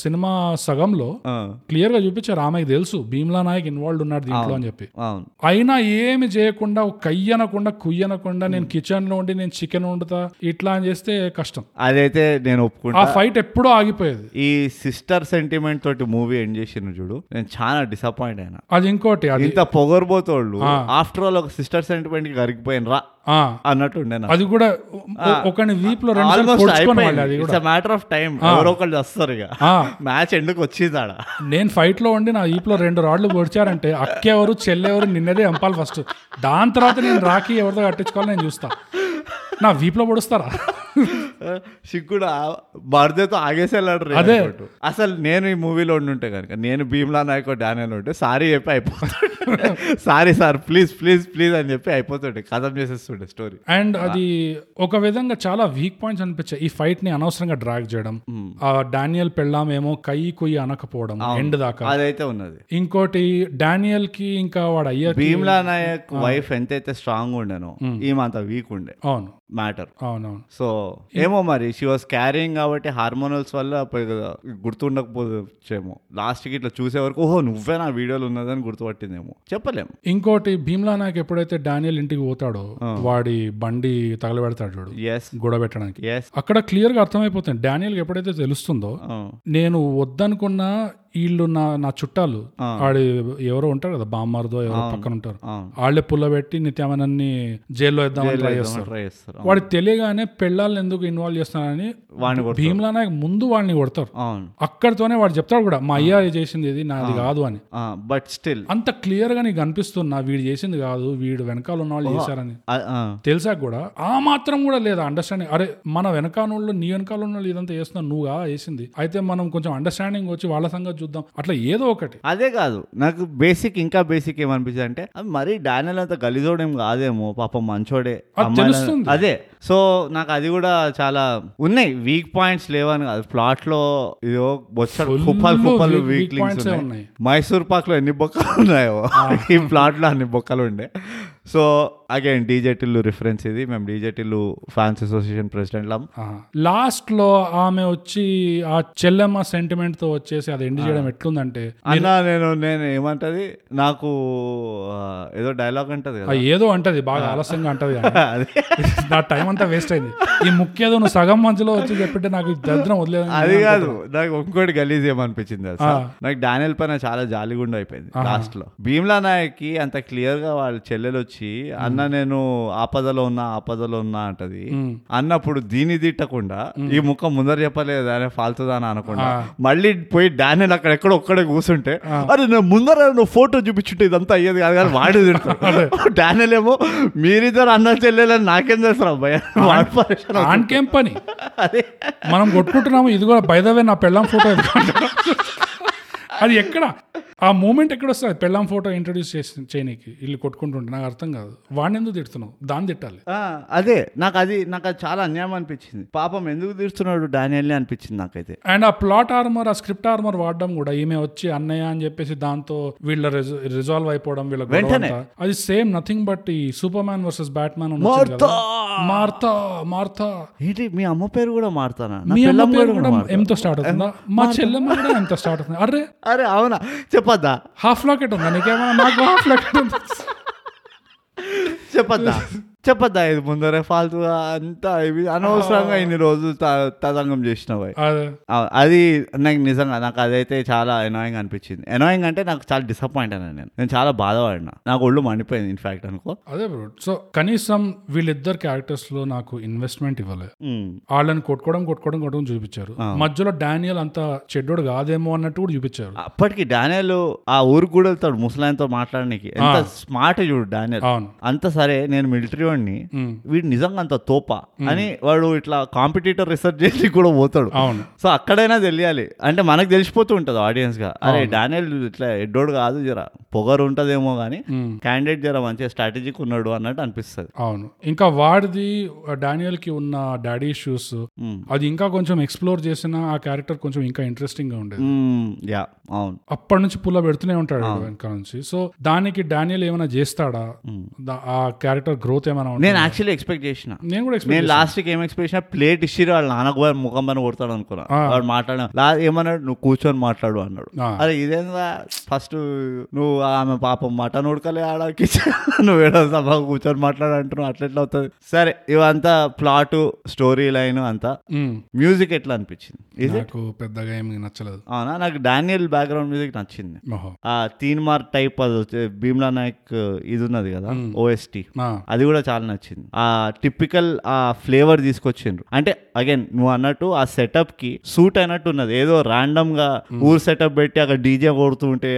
B: సినిమా సగంలో
A: ఆ,
B: క్లియర్ గా చూపించారు ఆమెకి తెలుసు భీమ్లా నాయక్ ఇన్వాల్వ్ ఉన్నాడు దీంట్లో అని చెప్పి
A: అవును
B: అయినా ఏమి చేయకుండా ఒక కయ్య అనకుండా కుయ్య అనకుండా నేను కిచెన్ లో ఉండి నేను చికెన్ వండుతా ఇట్లా అని చేస్తే కష్టం
A: అదైతే నేను
B: ఆ
A: ఒప్పుకుంటా
B: ఫైట్ ఎప్పుడూ ఆగిపోయేది
A: ఈ సిస్టర్ సెంటిమెంట్ తోటి మూవీ ఎండ్ చేసిన చూడు నేను చాలా డిసప్పాయింట్ అయినా
B: అది ఇంకోటి అది
A: ఇంత పొగరబోతోళ్ళు ఆఫ్టర్ ఆల్ ఒక సిస్టర్ సెంటిమెంట్ కి కరిగిపోయిన రా
B: ఆ,
A: అన్నట్టు ఉండే నాకు
B: అది కూడా ఒ- ఒకని వీపులో రెండు సార్లు
A: ఆల్మోస్ట్
B: పొడుచుకొని వాళ్ళు అది
A: అయిపోయింది
B: కూడా
A: ఇట్స్ మ్యాటర్ ఆఫ్ టైం ఎవరో ఒకళ్ళు వస్తారు ఇక
B: ఆ,
A: మ్యాచ్ ఎందుకు వచ్చింది ఆడ
B: నేను ఫైట్ లో ఉండి నా వీపులో రెండు రాడ్లు పొడిచారంటే అక్కెవరు చెల్లెవరు నిన్నదే చంపాలి ఫస్ట్ దాని తర్వాత నేను రాఖీ ఎవరితో కట్టించుకోవాలి నేను చూస్తా నా వీపులో పొడుస్తారా
A: సిక్కుడు భారతతో ఆగేసేలాడు రే
B: అదే.
A: అనుకుంటూ. అసలు నేను ఈ మూవీలో ఉండుంటే కనుక నేను భీమ్లా నాయకో డానియల్ ఉంటే సారీ చెప్పి అయిపోతుండే sorry sir please please please అని చెప్పి అయిపోతుండే కథం చేసేస్తుండే స్టోరీ
B: అండ్ అది ఒక విధంగా చాలా వీక్ పాయింట్స్ అనిపించాయి ఈ ఫైట్ ని అనవసరంగా డ్రాగ్ చేయడం ఆ డానియల్ పెళ్ళామేమో కయ్యి కొయ్యి అనకపోవడం ఎండ్ దాకా
A: అదైతే ఉన్నది
B: ఇంకోటి డానియల్ కి ఇంకా వాడు అయ్యా
A: భీమ్లా నాయక్ వైఫ్ ఎంతైతే స్ట్రాంగ్ ఉండేనో ఈమె అంత వీక్ ఉండే
B: అవును
A: మ్యాటర్
B: అవునవును
A: సో ఏమో మరి షీ వాస్ క్యారింగ్ కాబట్టి హార్మోనల్స్ వల్ల పోయి కదా గుర్తుండకపోవచ్చేమో లాస్ట్కి ఇట్లా చూసే వరకు ఓహో నువ్వే నా వీడియోలు ఉన్నదని గుర్తుపట్టిందేమో చెప్పలేము
B: ఇంకోటి భీమ్లా నాకు ఎప్పుడైతే డానియల్ ఇంటికి పోతాడో వాడి బండి తగలబెడతాడు చూడు
A: ఎస్
B: గొడవ పెట్టడానికి
A: ఎస్
B: అక్కడ క్లియర్ గా అర్థమైపోతుంది డానియల్ ఎప్పుడైతే తెలుస్తుందో నేను వద్దనుకున్నా వీళ్ళు నా నా చుట్టాలు ఆడి ఎవరో ఉంటారు కదా బామ్మార్దో ఎవరో పక్కన ఉంటారు
A: అవును.
B: వాళ్ళే పుల్లబెట్టి నిత్యామనన్ని జైల్లో వేద్దామని ట్రై చేస్తారు
A: ట్రై చేస్తారు
B: వాడికి తెలియగానే పెళ్ళాలను ఎందుకు ఇన్వాల్వ్ చేస్తున్నారని
A: వాడిని కూడా
B: భీమ్లా నాయక్ ముందు వాళ్ళని కొడతారు
A: అవును
B: అక్కడితోనే వాడు చెప్తాడు కూడా మా అయ్యా చేసింది ఇది నాది కాదు అని
A: బట్ స్టిల్
B: అంత క్లియర్ గా నీకు అనిపిస్తున్నా వీడు చేసింది కాదు వీడు వెనకాల ఉన్న వాళ్ళు చేశారని తెలిసా కూడా ఆ మాత్రం కూడా లేదా అండర్స్టాండింగ్ అరే మన వెనకాలనోళ్ళు నీ వెనకాలనోళ్ళు ఇదంతా చేస్తున్నా నువ్వుగా చేసింది అయితే మనం కొంచెం అండర్స్టాండింగ్ వచ్చి వాళ్ళ సంగతి చూద్దాం అట్లా ఏదో ఒకటి
A: అదే కాదు నాకు బేసిక్ ఇంకా బేసిక్ ఏమనిపిస్తుంది అంటే అది మరీ డానియల్ అంత గలిజోడేం కాదేమో పాపం మంచోడే
B: అది
A: అమ్మాయిల-
B: తెలుస్తుంది.
A: అదే సో నాకు అది కూడా చాలా ఉన్నాయి వీక్ పాయింట్స్ లేవని కాదు ప్లాట్ లో ఇదో బొచ్చడు
B: Full
A: కుప్పలు కుప్పలు
B: weak-
A: weak
B: weak
A: links
B: points ఏ
A: ఉన్నాయి
B: ఉన్నాయి.
A: మైసూర్ పాక్ లో ఎన్ని బొక్కలు ఉన్నాయో ఈ ప్లాట్ లో అన్ని బొక్కలు ఉండే so again DJ Tillu reference ఇది మేము DJ Tillu fans association president లం
B: లాస్ట్ లో ఆమె వచ్చి ఆ చెల్లెమ్మ సెంటిమెంట్ తో వచ్చేసి అది ఎండ్ చేయడం ఎట్లుందంటే
A: అన్న నేను నేను ఏమంటది నాకు ఆ, ఏదో డైలాగ్ ఉంటది
B: ఆ
A: కదా
B: ఏదో అంటది బాగా ఆలస్యంగా అంటది కానీ
A: అదే
B: నా టైం అంతా వేస్ట్ అయింది ఈ ముఖ్యదో నువ్వు సగం మధ్యలో వచ్చి చెప్పితే నాకు ఈ దరిద్రం వదిలేదు
A: అది కాదు నాకు ఇంకోటి గలీజ్ ఏమనిపించింది తెలుసా? నాకు డానియల్ పైన చాలా జాలిగుండ అయిపోయింది లాస్ట్ లో భీమ్లా నాయక్కి అంత క్లియర్ గా వాళ్ళ చెల్లెలు వచ్చి అన్న నేను ఆపదలో ఉన్నా ఆపదలో ఉన్నా అంటది అన్నప్పుడు దీని తిట్టకుండా ఈ ముఖం ముందర చెప్పలేదు అనే ఫాల్తుదా అని అనకుండా మళ్ళీ పోయి డానియల్ అక్కడ ఎక్కడ ఒక్కడే కూర్చుంటే అరే నేను ముందర నువ్వు ఫోటో చూపించుంటే ఇదంతా అయ్యేది కాదు కానీ వాడు తిడతాడు డానియల్ ఏమో మీరిద్దరు అన్న చెల్లెలని నాకేం చేస్తారు అబ్బాయి వాడు పరేషాన్ అవుతాడు.
B: ఆన్కేం పని
A: అదే
B: మనం కొట్టుకుంటున్నాము ఇది కూడా బయదవే నా పెళ్ళం ఫోటో అది ఎక్కడ ఆ మూమెంట్ ఎక్కడ వస్తుంది పెళ్ళాం ఫోటో ఇంట్రొడ్యూస్ చేసి చేయనీకి వీళ్ళు కొట్టుకుంటుంటే నాకు అర్థం కాదు వాడిని ఎందుకు తిడుతున్నావు దాన్ని తిట్టాలి
A: ఆ, అదే నాకు అది నాకు అది చాలా అన్యాయం అనిపించింది పాపం ఎందుకు తీరుస్తున్నాడు డానియల్ని అనిపించింది నాకైతే
B: and uh plot armour uh script armour వాడడం కూడా ఈమె వచ్చి అన్నయ్య అని చెప్పేసి దాంతో వీళ్ళ రిజాల్వ్ అయిపోవడం వీళ్ళ గొడవ
A: వెంటనే.
B: అంతా. అది సేమ్ నథింగ్ బట్ ఈ Superman versus Batman
A: Martha
B: Martha Martha
A: ఏంటి మీ అమ్మ పేరు కూడా మారుతానా నా
B: మీ అమ్మ
A: పిల్లమ్మ
B: పేరు
A: పేరు
B: కూడా
A: కూడా మారుతా.
B: ఎంతో స్టార్ట్ అవుతుందా మా చెల్లెమ్మ కూడా ఎంతో స్టార్ట్ అవుతుంది అరే
A: అరే అవునా చెప్పొద్దా
B: హాఫ్ లాకెట్ ఉందా నీకేమన్నా నాకు హాఫ్ లాకెట్ ఉంది
A: చెప్పొద్దా చెప్పొద్దా ఇది ముందరే ఫాల్తుగా అంతా ఇవి అనవసరంగా ఇన్ని రోజులు త- తతంగం చేసినవి
B: అదే
A: ఆ- అది నాకు నిజంగా నాకు అదైతే చాలా ఎనాయింగ్ అనిపించింది ఎనాయింగ్ అంటే నాకు చాలా డిసప్పాయింట్ అయినా నేను నేను చాలా బాధపడినా నాకు ఒళ్ళు మండిపోయింది ఇన్ఫాక్ట్ అనుకో
B: అదే బ్రో సో కనీసం వీళ్ళిద్దరు క్యారెక్టర్స్ లో నాకు ఇన్వెస్ట్మెంట్ ఇవ్వలే
A: ఉమ్.
B: వాళ్ళని కొట్టుకోవడం కొట్టుకోవడం కొట్టుకోవడం చూపించారు మధ్యలో డానియల్ అంత చెడ్డోడు కాదేమో అన్నట్టు కూడా చూపించారు
A: అప్పటికి డానియల్ ఆ ఊరు కూడా వెళ్తాడు ముసలాయనతో మాట్లాడడానికి ఎంత స్మార్ట్ చూడు డానియల్
B: అవును
A: అంత సరే నేను మిలిటరీ వాడిని
B: ఉమ్.
A: వీడు నిజంగా అంత తోప అని వాడు ఇట్లా కాంపిటీటర్ రిసర్చ్ చేసి కూడా పోతాడు
B: అవును
A: సో అక్కడైనా తెలియాలి అంటే మనకు తెలిసిపోతూ ఉంటుంది ఆడియన్స్ గా అరే డానియల్ ఇట్లా ఎడ్డోడు కాదు జర పొగరు ఉంటదేమో కానీ
B: ఉమ్.
A: క్యాండిడేట్ జర మంచి స్ట్రాటజిక్ ఉన్నాడు అన్నట్టు అనిపిస్తుంది
B: అవును ఇంకా వాడిది డానియల్ కి ఉన్న డాడీ ఇష్యూస్
A: Hmm.
B: అది ఇంకా కొంచెం ఎక్స్ప్లోర్ చేసిన ఆ క్యారెక్టర్ కొంచెం ఇంకా ఇంట్రెస్టింగ్ గా ఉండేది
A: యా అవును
B: అప్పటి నుంచి పుల్ల పెడుతూనే ఉంటాడు వెనక నుంచి సో దానికి డానియల్ ఏమైనా చేస్తాడా దా- ఆ క్యారెక్టర్ గ్రోత్ ఏమైనా ఉంటుందా?
A: నేను యాక్చువల్లీ ఎక్స్పెక్ట్ చేసిన
B: నేను కూడా
A: నేను
B: ఎక్స్పెక్ట్
A: లాస్ట్ వీక్ ఏం ఎక్స్పెక్ట్ చేసిన ప్లేట్ ఇచ్చిరు వాళ్ళ నాన్న కూడా ముఖం పైన కొడతాడు అనుకున్నా
B: ఆ.
A: వాడు మాట్లాడిన లా ఏమన్నాడు నువ్వు కూర్చొని మాట్లాడు అన్నాడు
B: ఆ.
A: అరే ఇదేందా ఫస్ట్ నువ్వు ఆమె పాపం మటన్ ఉడకలే ఆడ కిచెన్ నువ్వు ఏడో సభ కూర్చొని మాట్లాడు అంటున్నావు అట్లా ఎట్లా అవుతుంది సరే ఇవంతా ప్లాట్ స్టోరీ లైన్ అంతా
B: Hmm.
A: మ్యూజిక్ ఎట్లా అనిపించింది ఇది
B: నాకు పెద్దగా ఏమి నచ్చలేదు
A: అవునా నాకు డానియల్ బ్యాక్గ్రౌండ్ మ్యూజిక్ నచ్చింది
B: మహో
A: ఆ తీన్ మార్ టైప్ అది వచ్చే భీమ్లా నాయక్ ఇది ఉన్నది కదా ఓఎస్టీ
B: ఆ,
A: అది కూడా చాలా నచ్చింది ఆ టిపికల్ ఆ ఫ్లేవర్ తీసుకొచ్చిండ్రు అంటే అగైన్ నువ్వు అన్నట్టు ఆ సెటప్ కి సూట్ అయినట్టు ఉన్నది ఏదో రాండమ్ గా ఊరు సెటప్ పెట్టి అక్కడ డీజే కొడుతూ ఉంటే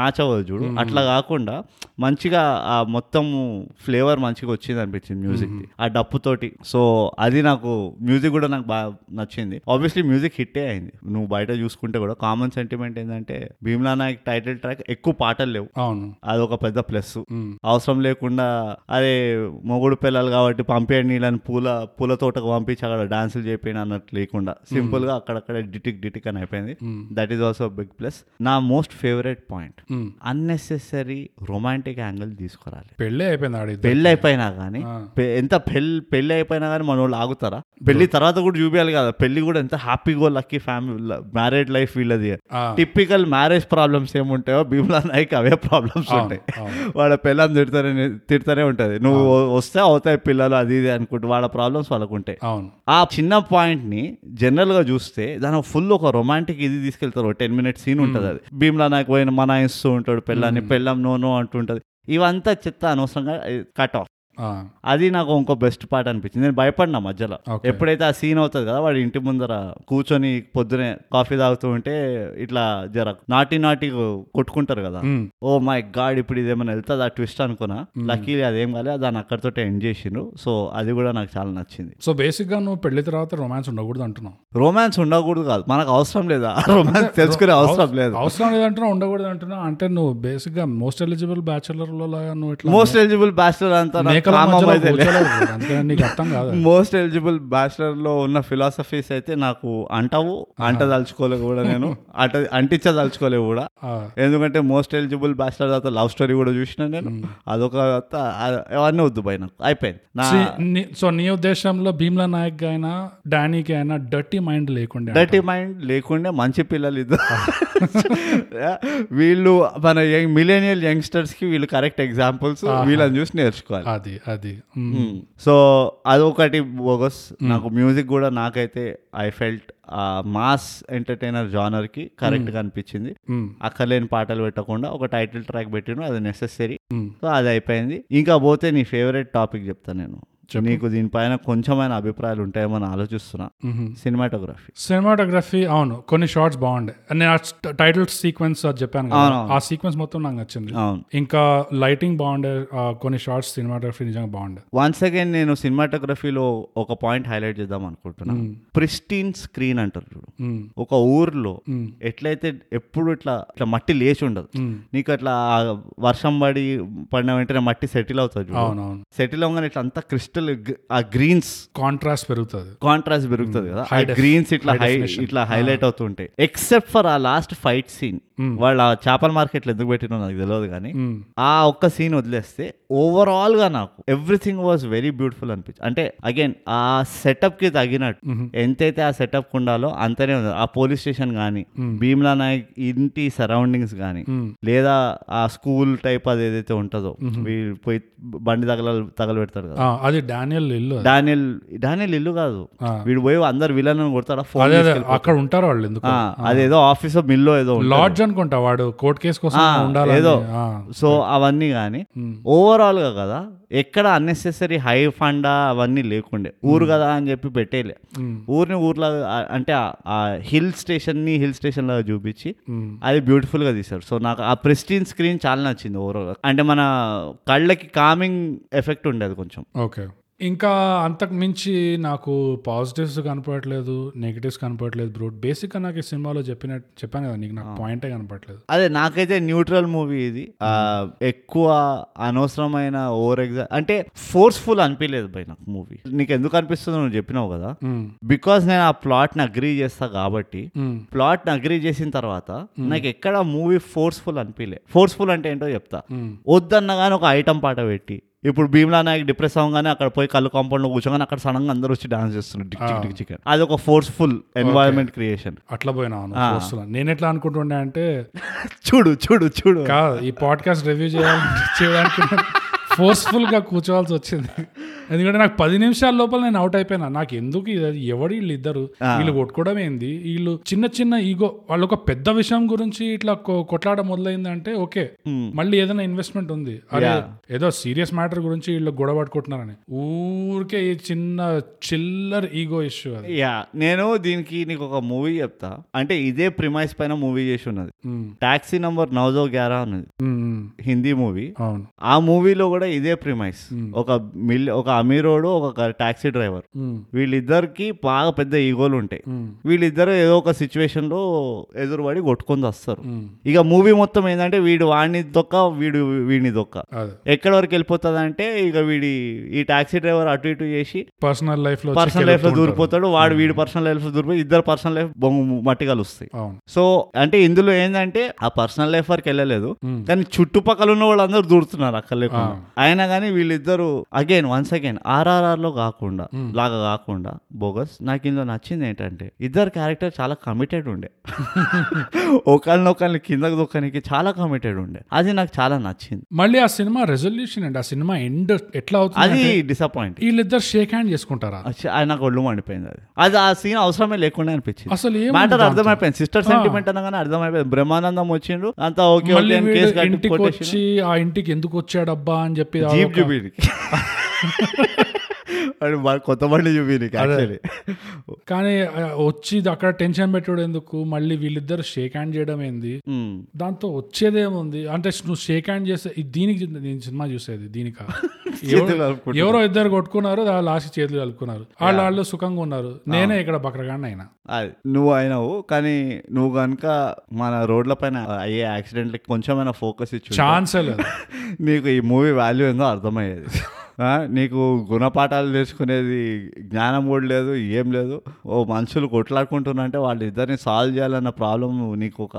A: మ్యాచ్ అవ్వదు చూడు అట్లా కాకుండా మంచిగా ఆ మొత్తం ఫ్లేవర్ మంచిగా వచ్చింది అనిపించింది మ్యూజిక్ ఆ డప్పుతోటి సో అది నాకు మ్యూజిక్ కూడా నాకు బాగా నచ్చింది ఆబ్వియస్లీ మ్యూజిక్ హిట్టే అయింది నువ్వు బయట చూసుకుంటే కూడా కామన్ సెంటిమెంట్ ఏంటంటే భీమ్లా నాయక్ టైటిల్ ట్రాక్ ఎక్కువ పాటలు లేవు
B: అవును
A: అదొక పెద్ద ప్లస్
B: Hmm.
A: అవసరం లేకుండా అరే మొగుడు పిల్లలు కాబట్టి పంపేయండి వీళ్ళని పూల పూల తోటకు పంపించి అక్కడ డాన్సులు చేపేయండి అన్నట్టు లేకుండా సింపుల్ గా అక్కడక్కడ డిటిక్ డిటిక్ అని అయిపోయింది that is also big plus నా most favourite point
B: Hmm.
A: Unnecessary romantic angle తీసుకురాలి
B: పెళ్ళే అయిపోయింది ఆడి
A: పెళ్ళి అయిపోయినా కానీ పె- ఎంత పెళ్ళి పెళ్ళి అయిపోయినా కానీ మన వాళ్ళు ఆగుతారా పెళ్లి తర్వాత కూడా చూపించాలి కదా పెళ్లి కూడా ఎంత హ్యాపీగా లక్కీ ఫ్యామిలీ మ్యారేడ్ లైఫ్ వీళ్ళది
B: ఆ.
A: టిపికల్ మ్యారేజ్ ప్రాబ్లమ్స్ ఏముంటాయో భీమ్లా నాయక్ అవే ప్రాబ్లమ్స్ ఉంటాయి వాళ్ళ పిల్లలు తిడతానే తిడతానే ఉంటుంది నువ్వు వస్తే అవుతాయి పిల్లలు అది ఇది అనుకుంటూ వాళ్ళ ప్రాబ్లమ్స్ వాళ్ళకు ఉంటాయి
B: అవును
A: ఆ చిన్న పాయింట్ని జనరల్గా చూస్తే దాని ఫుల్ ఒక రొమాంటిక్ ఇది తీసుకెళ్తారు టెన్ మినిట్స్ సీన్ ఉంటుంది అది భీమ్లా నాకు పోయిన మనాయిస్తూ ఉంటాడు పెళ్ళాన్ని పెళ్ళం నో నో అంటుంటుంది ఇవంతా చెత్త అనవసరంగా కట్ ఆఫ్
B: ఆ,
A: అది నాకు ఇంకో బెస్ట్ పార్ట్ అనిపించింది నేను భయపడినా మధ్యలో
B: Okay.
A: ఎప్పుడైతే ఆ సీన్ అవుతుంది కదా వాడి ఇంటి ముందర కూర్చొని పొద్దునే కాఫీ తాగుతూ ఉంటే ఇట్లా జర నాటి నాటి కొట్టుకుంటారు కదా
B: ఉమ్,
A: ఓ మై గాడ్ ఇప్పుడు ఇదేమైనా వెళ్తుంది ఆ ట్విస్ట్ అనుకున్నా లక్కీలీ అదేం కాలేదు దాన్ని అక్కడితో ఎండ్ చేసిండ్రు సో అది కూడా నాకు చాలా నచ్చింది
B: సో బేసిక్ గా నువ్వు పెళ్లి తర్వాత రొమాన్స్ ఉండకూడదు అంటున్నావు
A: రొమాన్స్ ఉండకూడదు కాదు మనకు అవసరం లేదా రొమాన్స్ తెలుసుకునే అవసరం లేదు
B: అవసరం లేదంటున్నావు ఉండకూడదు అంటున్నావు అంటే నువ్వు బేసిక్ గా మోస్ట్ ఎలిజిబుల్ బ్యాచులర్ లో లాగా నువ్వు ఇట్లా
A: మోస్ట్ ఎలిజిబుల్ బ్యాచిలర్ అంతా
B: మేకల మధ్యలో కూర్చోలేవు కదా, అందుకని నీకు అర్థం కాదు అది.
A: మోస్ట్ ఎలిజిబుల్ బ్యాచిలర్ లో ఉన్న ఫిలాసఫీస్ అయితే నాకు అంటావు అంటదలుచుకోలేవు కూడా నేను అంట అంటించదలుచుకోలేవు కూడా
B: ఆ,
A: ఎందుకంటే మోస్ట్ ఎలిజిబుల్ బ్యాచిలర్ తర్వాత లవ్ స్టోరీ కూడా చూసిన నేను అదొక త- అ- అవన్నీ వద్దు పోయి నాకు అయిపోయింది నా
B: సి- నీ- సో నీ ఉద్దేశంలో భీమ్లా నాయక్ అయినా డానీకి అయినా డర్టీ మైండ్ లేకుండా
A: డర్టీ మైండ్ లేకుండా మంచి పిల్లలు ఇద్దరు వీళ్ళు మన యంగ్ మిలేనియల్ యంగ్స్టర్స్ కి వీళ్ళు కరెక్ట్ ఎగ్జాంపుల్స్ వీళ్ళని చూసి నేర్చుకోవాలి
B: అది అది ఉమ్,
A: సో అదొకటి బోగస్ నాకు మ్యూజిక్ కూడా నాకైతే I felt mass entertainer genre కి కరెక్ట్ గా అనిపించింది
B: ఉమ్,
A: అక్కర్లేని పాటలు పెట్టకుండా ఒక టైటిల్ ట్రాక్ పెట్టిన అది నెసెసరీ
B: ఉమ్.
A: సో అది అయిపోయింది ఇంకా పోతే నీ ఫేవరెట్ టాపిక్ చెప్తాను నేను నీకు దీనిపైన కొంచెమైన అభిప్రాయాలు ఉంటాయేమో అని ఆలోచిస్తున్నా సినిమాటోగ్రఫీ
B: సినిమాటోగ్రఫీ అవును కొన్ని షార్ట్స్ బాగుండే నేను ఆ టైటిల్ సీక్వెన్స్ అది చెప్పాను కదా,
A: అవునవును.
B: ఆ సీక్వెన్స్ మొత్తం నాకు నచ్చింది
A: అవును
B: ఇంకా లైటింగ్ బాగుండే ఆ కొన్ని షార్ట్స్ సినిమాటోగ్రఫీ నిజంగా బాగుండే
A: వన్స్ అగైన్ నేను సినిమాటోగ్రఫీలో ఒక పాయింట్ హైలైట్ చేద్దాం అనుకుంటున్నాను ప్రిస్టీన్ స్క్రీన్ అంటారు చూడు
B: మ్మ్.
A: ఒక ఊర్లో ఎట్లయితే ఎప్పుడు ఇట్లా ఇట్లా మట్టి లేచి ఉండదు నీకు అట్లా ఆ వర్షం పడి పడిన వెంటనే మట్టి సెటిల్ అవుతుంది చూడు
B: అవునవును
A: సెటిల్ అవగానే ఇట్లా అంతా క్రిస్టల్ ఆ గ్రీన్స్
B: కాంట్రాస్ట్ పెరుగుతుంది
A: కాంట్రాస్ట్ పెరుగుతుంది కదా ఆ
B: High def-
A: గ్రీన్స్ ఇట్లా
B: high
A: హై
B: definition.
A: ఇట్లా హైలైట్ అవుతుంటాయి ఎక్సెప్ట్ ఫర్ ఆ లాస్ట్ ఫైట్ సీన్
B: Hmm.
A: వాళ్ళ చేపల మార్కెట్లో ఎందుకు పెట్టినో నాకు తెలియదు కానీ
B: మ్మ్.
A: ఆ ఒక్క సీన్ వదిలేస్తే ఓవరాల్ గా నాకు ఎవ్రీథింగ్ వాజ్ వెరీ బ్యూటిఫుల్ అనిపించింది అంటే అగైన్ ఆ సెటప్ కి తగినట్టు
B: Hmm.
A: ఎంతైతే ఆ సెటప్ ఉండాలో అంతనే ఉంది ఆ పోలీస్ స్టేషన్ కానీ
B: Hmm.
A: భీమ్లా నాయక్ ఇంటి సరౌండింగ్స్ కానీ లేదా ఆ స్కూల్ టైప్ అది ఏదైతే ఉంటుందో
B: Hmm.
A: వీళ్ళు పోయి బండి తగల తగలబెడతాడు కదా
B: ఆ, అది డానియల్ ఇల్లు అది.
A: డానియల్ డానియల్ ఇల్లు కాదు
B: ఆ.
A: వీడు పోయి అందరు విలన్ అని కొడతాడు ఆ
B: అదే
A: ఫోన్
B: అదే అక్కడ ఉంటారు వాళ్ళు ఎందుకు
A: అదేదో ఆఫీసో మిల్లో ఏదో ఉంటుంది.
B: లాడ్జ్ అనుకుంటా వాడు కోర్ట్ కేసు కోసం
A: ఆ,
B: ఉండాలి
A: ఏదో. సో అవన్నీ కానీ ఓవరాల్ గా కదా ఎక్కడ అన్నెసెసరీ హై ఫండా అవన్నీ లేకుండే ఊరు కదా అని చెప్పి పెట్టేలే ఊరిని ఊర్లో ఆ- అంటే ఆ- ఆ హిల్ స్టేషన్ ని హిల్ స్టేషన్ లాగా చూపించి అది బ్యూటిఫుల్ గా తీశారు సో నాకు ఆ ప్రెస్టీన్ స్క్రీన్ చాలా నచ్చింది ఓవరాల్ అంటే మన కళ్ళకి కామింగ్ ఎఫెక్ట్ ఉండేది కొంచెం
B: ఓకే ఇంకా అంతకు మించి నాకు పాజిటివ్స్ కనపడట్లేదు నెగిటివ్స్ కనపడట్లేదు బ్రూట్ బేసిక్గా నాకు ఈ సినిమాలో చెప్పిన చెప్పాను కదా నీకు నాకు పాయింటే కనపడట్లేదు
A: అదే నాకైతే న్యూట్రల్ మూవీ ఇది ఆ, ఎక్కువ అనవసరమైన ఓవర్ ఎగ్జా అంటే ఫోర్స్ఫుల్ అనిపించలేదు బై నాకు మూవీ నీకు ఎందుకు అనిపిస్తుందో నువ్వు చెప్పినావు కదా
B: మ్మ్.
A: బికాస్ నేను ఆ ప్లాట్ని అగ్రీ చేస్తా కాబట్టి
B: మ్మ్.
A: ప్లాట్ని అగ్రీ చేసిన తర్వాత నాకు ఎక్కడ మూవీ ఫోర్స్ఫుల్ అనిపించలే ఫోర్స్ఫుల్ అంటే ఏంటో చెప్తా వద్దన్నగానే ఒక ఐటమ్ పాట పెట్టి ఇప్పుడు భీమ్లా నాయక్ డిప్రెస్ అవగానే అక్కడ పోయి కళ్ళు కాంపౌండ్లో కూర్చోగానే అక్కడ సడన్గా అందరూ వచ్చి డాన్స్ చేస్తున్నారు డిక్ చిక్ డిక్ చిక్ అని. అది ఒక ఫోర్స్ఫుల్ ఎన్వైరన్మెంట్ క్రియేషన్
B: అట్లా పోయినా అవును నేను ఎట్లా అనుకుంటుండే అంటే
A: చూడు చూడు చూడు
B: కాదు ఈ పాడ్కాస్ట్ రివ్యూ చేయాలి చేయడానికి ఫోర్స్ఫుల్ గా కూర్చోవాల్సి వచ్చింది ఎందుకంటే నాకు పది నిమిషాల లోపల నేను అవుట్ అయిపోయినా నాకు ఎందుకు ఇది ఎవడు వీళ్ళు ఇద్దరు వీళ్ళు కొట్టుకోవడం ఏంది వీళ్ళు చిన్న చిన్న ఈగో వాళ్ళు ఒక పెద్ద విషయం గురించి ఇట్లా కొ- కొట్లాడ మొదలైందంటే ఓకే మళ్ళీ ఏదైనా ఇన్వెస్ట్మెంట్ ఉంది అరే ఏదో సీరియస్ మ్యాటర్ గురించి వీళ్ళు గొడవ పట్టుకుంటున్నారని ఊరికే ఈ చిన్న చిల్లర్ ఈగో ఇష్యూ అది
A: యా నేను దీనికి నీకు ఒక మూవీ చెప్తా అంటే ఇదే ప్రిమైస్ పైన మూవీ చేసి ఉన్నది
B: ఉమ్,
A: టాక్సీ నంబర్ నౌజో గ్యారా అనేది
B: ఉమ్, ఉమ్.
A: హిందీ మూవీ
B: అవును
A: ఆ మూవీలో కూడా ఇదే ప్రిమైస్ ఒక మిల్ ఒక అమీరోడు ఒక టాక్సీ డ్రైవర్
B: ఉమ్,
A: వీళ్ళిద్దరికి బాగా పెద్ద ఈగోలు ఉంటాయి
B: ఉమ్,
A: వీళ్ళిద్దరు ఏదో ఒక సిచ్యువేషన్ లో ఎదురుపడి కొట్టుకొని వస్తారు
B: ఉమ్.
A: ఇక మూవీ మొత్తం ఏంటంటే వీడు వాడిని దొక్క వీడు వీడిని దొక్క
B: అదే
A: ఎక్కడి వరకు వెళ్ళిపోతుంది అంటే ఇక వీడి ఈ టాక్సీ డ్రైవర్ అటు ఇటు చేసి
B: పర్సనల్ లైఫ్ లో
A: పర్సనల్ లైఫ్ లో దూరిపోతాడు వాడు వీడి పర్సనల్ లైఫ్ లో దూరిపోయి ఇద్దరు పర్సనల్ లైఫ్ బొంగు మట్టి కలుస్తాయి
B: అవును
A: సో అంటే ఇందులో ఏంటంటే ఆ పర్సనల్ లైఫ్ వరకు వెళ్ళలేదు
B: Hmm.
A: కానీ చుట్టుపక్కల ఉన్న వాళ్ళందరూ దూరుతున్నారు అక్కడ లేకుండా అయినా కానీ వీళ్ళిద్దరు అగైన్ వన్స్ అగైన్ ఆర్ఆర్ఆర్ లో కాకుండా లాగా కాకుండా బోగస్ నాకు ఇందులో నచ్చింది ఏంటంటే ఇద్దరు క్యారెక్టర్ చాలా కమిటెడ్ ఉండే ఒకళ్ళనొకళ్ళని కిందకు దొక్కనికి చాలా కమిటెడ్ ఉండే అది నాకు చాలా నచ్చింది
B: మళ్ళీ ఆ సినిమా రెజల్యూషన్ అండి ఆ సినిమా ఎండ్ ఎట్లా
A: అది
B: అవుతుంది
A: డిసప్పాయింట్
B: వీళ్ళిద్దరు షేక్ హ్యాండ్ చేసుకుంటారా
A: అది నాకు ఒళ్ళు మండిపోయింది అది అది ఆ సీన్ అవసరమే లేకుండా అనిపించింది
B: అసలు ఏం
A: మ్యాటర్ అర్థమైపోయింది సిస్టర్ సెంటిమెంట్ అనగానే అర్థమైపోయింది బ్రహ్మానందం వచ్చిండు అంతా ఓకే
B: మళ్ళీ
A: ఓకే అని
B: వీడు
A: కేసు కట్టి
B: ఇంటికి
A: కొట్టేసి
B: వచ్చి ఆ ఇంటికి ఎందుకు వచ్చాడబ్బా అని చెప్పి ఆ
A: జీప్
B: ఒక-
A: చూపిడికి వాడు బా- కొత్త బండి చూపిడికి యాక్చువల్లీ
B: కానీ ఆ, వచ్చి ఇది అక్కడ టెన్షన్ పెట్టాడు ఎందుకు మళ్ళీ వీళ్ళిద్దరు షేక్ హ్యాండ్ చేయడం ఏంది దాంతో వచ్చేదేముంది అంటే నువ్వు షేక్ హ్యాండ్ చేస్తే ఇది దీనికి చెందిన- నేను సినిమా చూసేది దీనికా ఎవరో-
A: చేతులు కలుపుకుంటున్నారు.
B: ఎవరో ఇద్దరు కొట్టుకున్నారు లాస్ట్ చేతులు కలుపుకున్నారు వాళ్ళు వాళ్ళు సుఖంగా ఉన్నారు నేనే ఇక్కడ బక్రగాడిని అయినా
A: అది నువ్వు అయినావు కానీ నువ్వు కనుక మన రోడ్ల పైన అయ్యే యాక్సిడెంట్లకి కొంచెమైనా ఫోకస్ ఇచ్చు
B: ఛాన్సే లేదు
A: నీకు ఈ మూవీ వాల్యూ ఏందో అర్థమయ్యేది ఆ, నీకు గుణపాఠాలు నేర్చుకునేది జ్ఞానం కూడా లేదు ఏం లేదు ఓ మనుషులు కొట్లాడుకుంటున్నంటే వాళ్ళు ఇద్దరిని సాల్వ్ చేయాలన్న ప్రాబ్లం నీకు ఒక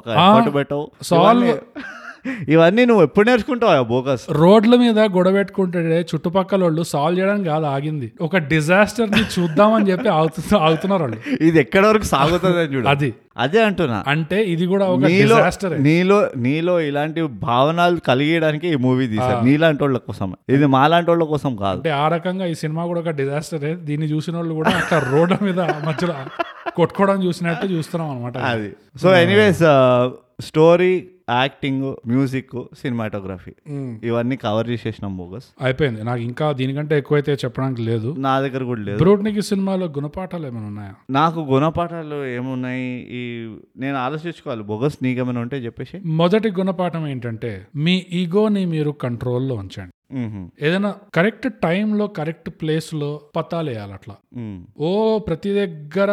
A: ఒక ఎఫర్ట్ పెట్టవు
B: solve-
A: ఇవన్నీ- ఇవన్నీ నువ్వు ఎప్పుడు నేర్చుకుంటావు బోకస్
B: రోడ్ల మీద గొడవ పెట్టుకుంటే చుట్టుపక్కల వాళ్ళు సాల్వ్ చేయడానికి కాదు ఆగింది ఒక డిజాస్టర్ ని చూద్దామని చెప్పి ఆగుతు- ఆగుతున్నారు వాళ్ళు
A: ఇది ఎక్కడ వరకు సాగుతుంది అని చూడు
B: అది
A: అదే అంటున్నా
B: అంటే ఇది కూడా ఒక
A: నీలో
B: డిజాస్టర్
A: నీలో నీలో ఇలాంటి భావనలు కలిగేయడానికి ఈ మూవీ తీశారు నీలాంటి వాళ్ళ కోసం ఇది మాలాంటి వాళ్ళ కోసం కాదు
B: అంటే ఆ రకంగా ఈ సినిమా కూడా ఒక డిజాస్టర్ దీన్ని చూసిన వాళ్ళు కూడా అట్లా రోడ్ల మీద మధ్యలో కొట్టుకోవడం చూసినట్టు చూస్తున్నాం అనమాట
A: అది so anyways story acting music cinematography ఇవన్నీ కవర్ చేసేసినాం బోగస్
B: అయిపోయింది నాకు ఇంకా దీనికంటే ఎక్కువైతే చెప్పడానికి లేదు
A: నా దగ్గర కూడా లేదు
B: బ్రూట్ నీకు ఈ సినిమాలో గుణపాఠాలు ఏమైనా ఉన్నాయా
A: నాకు గుణపాఠాలు ఏమున్నాయి ఈ నేను ఆలోచించుకోవాలి బోగస్ నీకేమైనా ఉంటే చెప్పేసి
B: మొదటి గుణపాఠం ఏంటంటే మీ ఈగోని మీరు కంట్రోల్లో ఉంచండి
A: మ్హూ.
B: ఏదైనా కరెక్ట్ టైంలో కరెక్ట్ ప్లేస్లో పత్తాలేయాలి అట్లా
A: మ్.
B: ఓ ప్రతి దగ్గర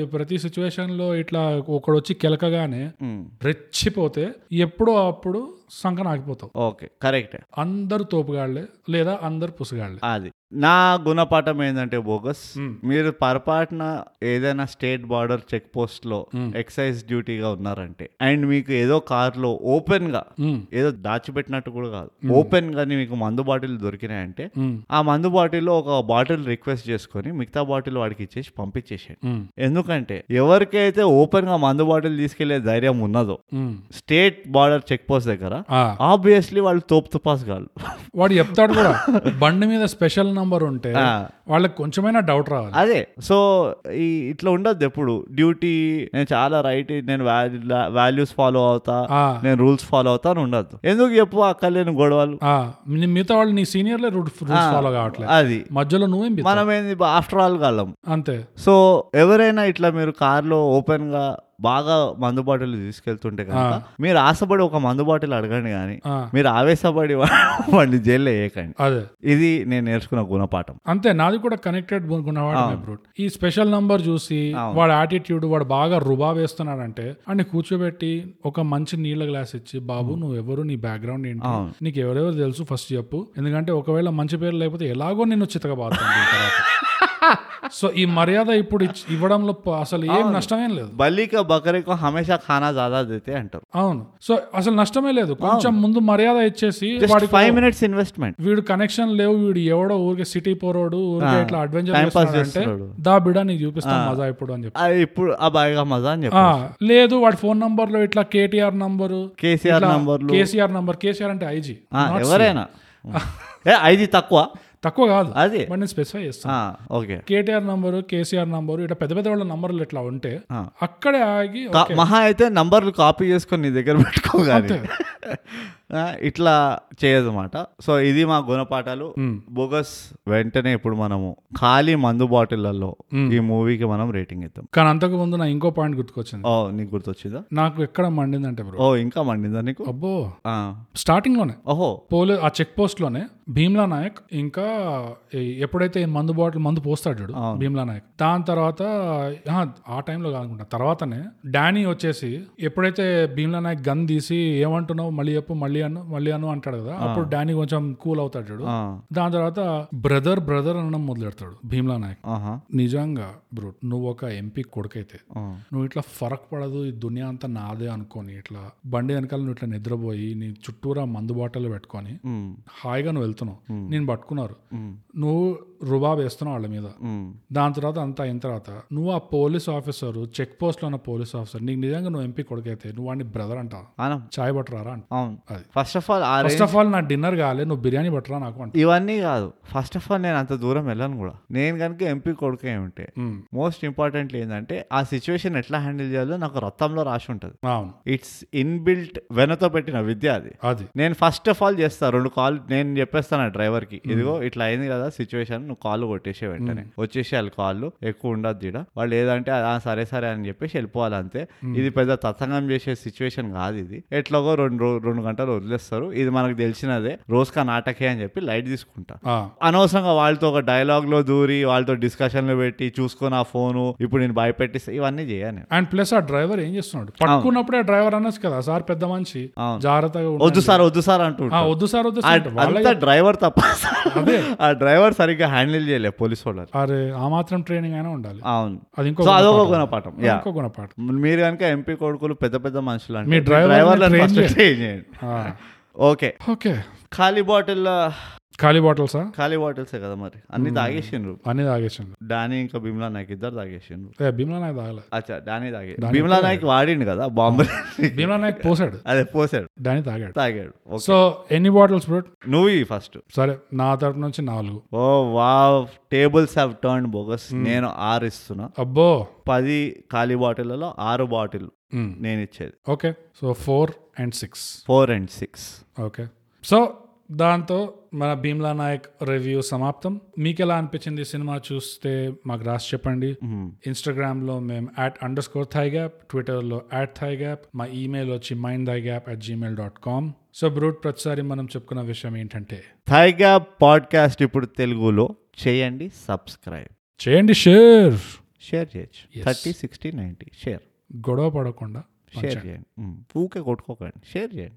B: ఈ ప్రతి సిచ్యువేషన్లో ఇట్లా ఒకడు వచ్చి కెలకగానే
A: మ్.
B: రెచ్చిపోతే ఎప్పుడో అప్పుడు సంకన ఆగిపోతావు
A: ఓకే కరెక్ట్
B: అందరు తోపుగాళ్లే లేదా అందరు పుసగాళ్లే
A: అది నా గుణపాఠం ఏంటంటే బోగస్
B: మ్.
A: మీరు పొరపాటున ఏదైనా స్టేట్ బార్డర్ చెక్ పోస్ట్ లో ఎక్సైజ్ డ్యూటీగా ఉన్నారంటే అండ్ మీకు ఏదో కార్ లో ఓపెన్ గా
B: ఉమ్,
A: ఏదో దాచిపెట్టినట్టు కూడా కాదు ఓపెన్ గాని మీకు మందు బాటిల్ దొరికినాయంటే
B: ఉమ్,
A: ఆ మందు బాటిల్లో ఒక బాటిల్ రిక్వెస్ట్ చేసుకొని మిగతా బాటిల్ వాడికి ఇచ్చేసి పంపించేసేయండి
B: ఉమ్,
A: ఎందుకంటే ఎవరికైతే ఓపెన్ గా మందు బాటిల్ తీసుకెళ్లే ధైర్యం ఉన్నదో
B: ఉమ్.
A: స్టేట్ బార్డర్ చెక్ పోస్ట్ దగ్గర
B: ఆ,
A: ఆబ్వియస్లీ వాళ్ళు తోపు తుపాస్ కాదు
B: వాడు చెప్తాడు కూడా బండి మీద స్పెషల్ నంబర్ ఉంటే
A: ఆ.
B: వాళ్ళకి కొంచెమైనా డౌట్ రావాలి
A: అదే సో ఈ ఇట్లా ఉండద్దు ఎప్పుడు డ్యూటీ నేను చాలా రైట్ నేను వాల్యూస్ ఫాలో అవుతా
B: ఆ,
A: నేను రూల్స్ ఫాలో అవుతా అని ఉండద్దు ఎందుకు చెప్పు అక్కర్లేని గొడవలు
B: ఆ, ని- మిగతా వాళ్ళు నీ సీనియర్లే రూట్ రూల్స్ ఫాలో కావట్లేదు
A: అది
B: మధ్యలో నువ్వేం బిత్తావు?
A: మనం ఏంది ఆఫ్టర్ ఆల్ కాలం
B: అంతే
A: సో ఎవరైనా ఇట్లా మీరు కార్లో ఓపెన్ గా బాగా మందు బాటిల్ తీసుకెళ్తుంటే కనుక మీరు ఆశపడి ఒక మందు బాటిల్ అడగండి కానీ
B: ఆ,
A: మీరు ఆవేశపడి వాడిని జైల్లో వేయకండి
B: అదే
A: ఇది నేను నేర్చుకున్న గుణపాఠం
B: అంతే నాది కూడా కనెక్టెడ్ గుణవాడమే బ్రూట్ ఈ స్పెషల్ నంబర్ చూసి వాడి యాటిట్యూడ్ వాడు బాగా రుబా వేస్తున్నాడంటే అని కూర్చోబెట్టి ఒక మంచి నీళ్ళ గ్లాస్ ఇచ్చి బాబు నువ్వు ఎవరు నీ బ్యాక్గ్రౌండ్ ఏంటి నీకు ఎవరెవరు తెలుసు ఫస్ట్ చెప్పు ఎందుకంటే ఒకవేళ మంచి పేరు లేకపోతే ఎలాగో నిన్ను చితకబాతుంది సో ఈ మర్యాద ఇప్పుడు ఇచ్చి- ఇవ్వడంలో ప- అసలు ఏం నష్టమేం లేదు
A: బల్లిక బకరీకో హమేషా ఖానా జాదా దేతే అంటారు
B: అవును సో అసలు నష్టమే లేదు కొంచెం ముందు మర్యాద ఇచ్చేసి వాడి
A: ఫైవ్ మినిట్స్ ఇన్వెస్ట్మెంట్
B: వీడు కనెక్షన్ లేవు వీడు ఎవడో ఊరికే సిటీ పోరోడు ఊరికే ఇట్లా అడ్వెంచర్
A: Time pass
B: చేస్తున్నాడంటే
A: చేస్తున్నాడు.
B: దా బిడా నీకు చూపిస్తాను మజా ఇప్పుడు అని చెప్పి
A: ఆ, ఇప్పుడు ఆ బాగా మజా అని
B: ఆ,
A: చెప్పారు
B: లేదు వాడి ఫోన్ నంబర్ లో ఇట్లా కేటీఆర్ నంబరు
A: కేసీఆర్ నంబర్లు
B: కేసీఆర్ నంబర్ కేసీఆర్ అంటే ఐజీ
A: ఆ, ఎవరైనా ఏ ఐదు తక్కువ
B: తక్కువ కాదు
A: అది
B: బట్ నేను స్పెసిఫై చేస్తాను
A: ఆ, okay
B: KTR number KCR number ఇట్లా పెద్ద పెద్ద వాళ్ళ నంబర్లు ఇట్లా ఉంటే అక్కడే ఆగి
A: కా- మహా అయితే నంబర్లు కాపీ చేసుకొని నీ దగ్గర పెట్టుకోగాలి ఇట్లా చేయదన్నమాట సో ఇది మా గుణపాఠాలు బోగస్ వెంటనే ఇప్పుడు మనము ఖాళీ మందు బాటిళ్లలో ఈ మూవీకి మనం రేటింగ్ ఇద్దాం
B: కానీ అంతకు ముందు నా ఇంకో పాయింట్ గుర్తుకొచ్చింది
A: ఓ నీకు గుర్తొచ్చిందా
B: నాకు ఎక్కడ మండిందంటే బ్రో
A: ఓ ఇంకా మండిందా నీకు
B: అబ్బో
A: ఆ.
B: స్టార్టింగ్ లోనే
A: ఓహో
B: పోలే ఆ చెక్ పోస్ట్ లోనే భీమ్లా నాయక్ ఇంకా ఈ- ఎప్పుడైతే ఈ మందు బాటిల్ మందు పోస్తాడు చూడు భీమ్లా నాయక్ దాని తర్వాత ఆ, ఆ టైంలో కానుకుంటా తర్వాతనే డానీ వచ్చేసి ఎప్పుడైతే భీమ్లా నాయక్ గన్ తీసి ఏమంటున్నావు మళ్ళీ చెప్పు మళ్ళీ అను మళ్ళీ అను అంటాడు కదా అప్పుడు డానీ కొంచెం కూల్ అవుతాడు చూడు
A: ఆ.
B: దాని తర్వాత బ్రదర్ బ్రదర్ అనడం మొదలెడతాడు భీమ్లా నాయక్
A: ఆహా
B: నిజంగా బ్రో నువ్వు ఒక ఎంపీ కొడుకైతే
A: ఆ.
B: నువ్వు ఇట్లా ఫరక్ పడదు ఈ దునియా అంతా నాదే అనుకొని ఇట్లా బండి వెనకాల నువ్వు ఇట్లా నిద్రపోయి నీ చుట్టూరా మందు బాటలు పెట్టుకొని
A: ఉమ్,
B: హాయిగా నువ్వు వెళ్తున్నావు నేను పట్టుకున్నారు
A: ఉమ్,
B: నువ్వు రుబాబ్ వేస్తున్నావు వాళ్ళ మీద
A: ఉమ్.
B: దాని తర్వాత అంతా అయిన తర్వాత నువ్వు ఆ పోలీస్ ఆఫీసర్ చెక్ పోస్ట్ లో ఉన్న పోలీస్ ఆఫీసర్ నీకు నిజంగా నువ్వు ఎంపీ కొడుకైతే నువ్వు వాడిని బ్రదర్ అంటావు
A: ఆనం
B: చాయ్ పట్టరారా అంట
A: అవును
B: అది.
A: ఫస్ట్ ఆఫ్ ఆల్ ఆ రే-
B: ఫస్ట్ ఆఫ్ ఆల్ నా డిన్నర్ కాలే నువ్వు బిర్యానీ పట్టరా నాకు అంట
A: ఇవన్నీ కాదు ఫస్ట్ ఆఫ్ ఆల్ నేను అంత దూరం వెళ్ళను కూడా నేను కనుక ఎంపీ కొడుకే ఉంటే
B: ఉమ్.
A: మోస్ట్ ఇంపార్టెంట్ ఏంటంటే ఆ సిచ్యువేషన్ ఎట్లా హ్యాండిల్ చేయాలో నాకు రక్తంలో రాసి ఉంటుంది
B: అవును
A: ఇట్స్ ఇన్బిల్ట్ వెనతో పెట్టిన విద్య అది
B: అది
A: నేను ఫస్ట్ ఆఫ్ ఆల్ చేస్తా రెండు కాల్ నేను చెప్పేస్తాను ఆ డ్రైవర్కి ఇదిగో ఇట్లా అయింది కదా సిచ్యువేషన్ నువ్వు కాల్ కొట్టేసే వెంటనే వచ్చేసేయాలి కాళ్ళు ఎక్కువ ఉండదు ఈడ వాళ్ళు ఏదంటే "ఆ, సరే సరే అని చెప్పేసి వెళ్ళిపోవాలి అంతే ఇది పెద్ద తతంగం చేసే సిచ్యువేషన్ కాదు ఇది ఎట్లాగో రెండు రో- రెండు గంటలు వదిలేస్తారు ఇది మనకు తెలిసినదే రోజుకా నాటకే అని చెప్పి లైట్ తీసుకుంటా
B: ఆ
A: అనవసరంగా వాళ్ళతో ఒక dialogue లో దూరి వాళ్ళతో డిస్కషన్లు పెట్టి చూసుకొని ఆ ఫోను ఇప్పుడు నేను భయపెట్టిస్తా ఇవన్నీ చేయను
B: అండ్ ప్లస్ ఆ డ్రైవర్ ఏం చేస్తున్నాడు పట్టుకున్నప్పుడే డ్రైవర్ అనొచ్చు కదా సార్ పెద్ద మనిషి జాగ్రత్తగా ఉండండి.
A: వద్దు సార్ వద్దు సార్ అంటూ
B: ఆ, వద్దు సార్ వద్దు సార్ అంటే వాళ్ళ-
A: అంతా డ్రైవర్ తప్ప ఆ డ్రైవర్ సరిగ్గా హ్యాండిల్ చేయలే పోలీస్ వాళ్ళని
B: అరే ఆ మాత్రం ట్రైనింగ్ అయినా ఉండాలి
A: అవును
B: అది ఇంకో
A: సో అదొక
B: గుణపాఠం.
A: గుణపాఠం యా
B: ఇంకో గుణపాఠం
A: మీరు కనుక ఎంపీ కొడుకులు పెద్ద పెద్ద మనుషులు
B: మీ
A: అంటే
B: డ్రైవర్ని
A: డ్రైవర్లను
B: train
A: first
B: చేయండి.
A: train చేయండి
B: ఆ.
A: ఓకే
B: ఓకే
A: ఖాళీ బాటిల్
B: ఖాళీ బాటిల్సా
A: ఖాళీ బాటిల్సే కదా మరి అన్ని తాగేసిండ్రు
B: అన్ని తాగేసిండు
A: డానీ ఇంకా బిమ్లా నాయక్ ఇద్దరు తాగేసిండ్రు
B: ఏ భీమ్లా నాయక్ తాగలే
A: అచ్చా డానీ తాగే బిమ్లా నాయక్ వాడిండు కదా బాంబే
B: భీమ్లా నాయక్ పోసాడు
A: అదే పోసాడు
B: దాన్ని తాగాడు
A: తాగాడు ఓకే
B: సో ఎన్ని బాటిల్స్ బ్రో
A: నువ్వు ఫస్ట్
B: సరే నా తరపు నుంచి నాలుగు
A: ఓ వా టేబుల్స్ హ్యావ్ టర్న్ బోగస్ నేను ఆరు ఇస్తున్నా
B: అబ్బో
A: పది ఖాళీ బాటిళ్లలో ఆరు బాటిల్
B: మ్.
A: నేను ఇచ్చేది
B: okay so four and six
A: four and six
B: okay so దాంతో మన భీమ్లా నాయక్ రివ్యూ సమాప్తం మీకు ఎలా అనిపించింది ఈ సినిమా చూస్తే మాకు రాసి చెప్పండి ఇన్స్టాగ్రామ్ లో మేము at underscore thigh gap ట్విట్టర్లో యాట్ థై గ్యాప్ మా ఈమెయిల్ వచ్చి mind thigh gap at Gmail dot com so బ్రూట్ ప్రతిసారి మనం చెప్పుకున్న విషయం ఏంటంటే
A: థైగా పాడ్కాస్ట్ ఇప్పుడు తెలుగులో చేయండి సబ్స్క్రైబ్
B: చేయండి షేర్
A: షేర్ చేయొచ్చు
B: Yes.
A: Thirty sixty ninety share
B: గొడవ పడకుండా
A: షేర్ చేయండి మ్మ్. ఊకే కొట్టుకోకండి షేర్ చేయండి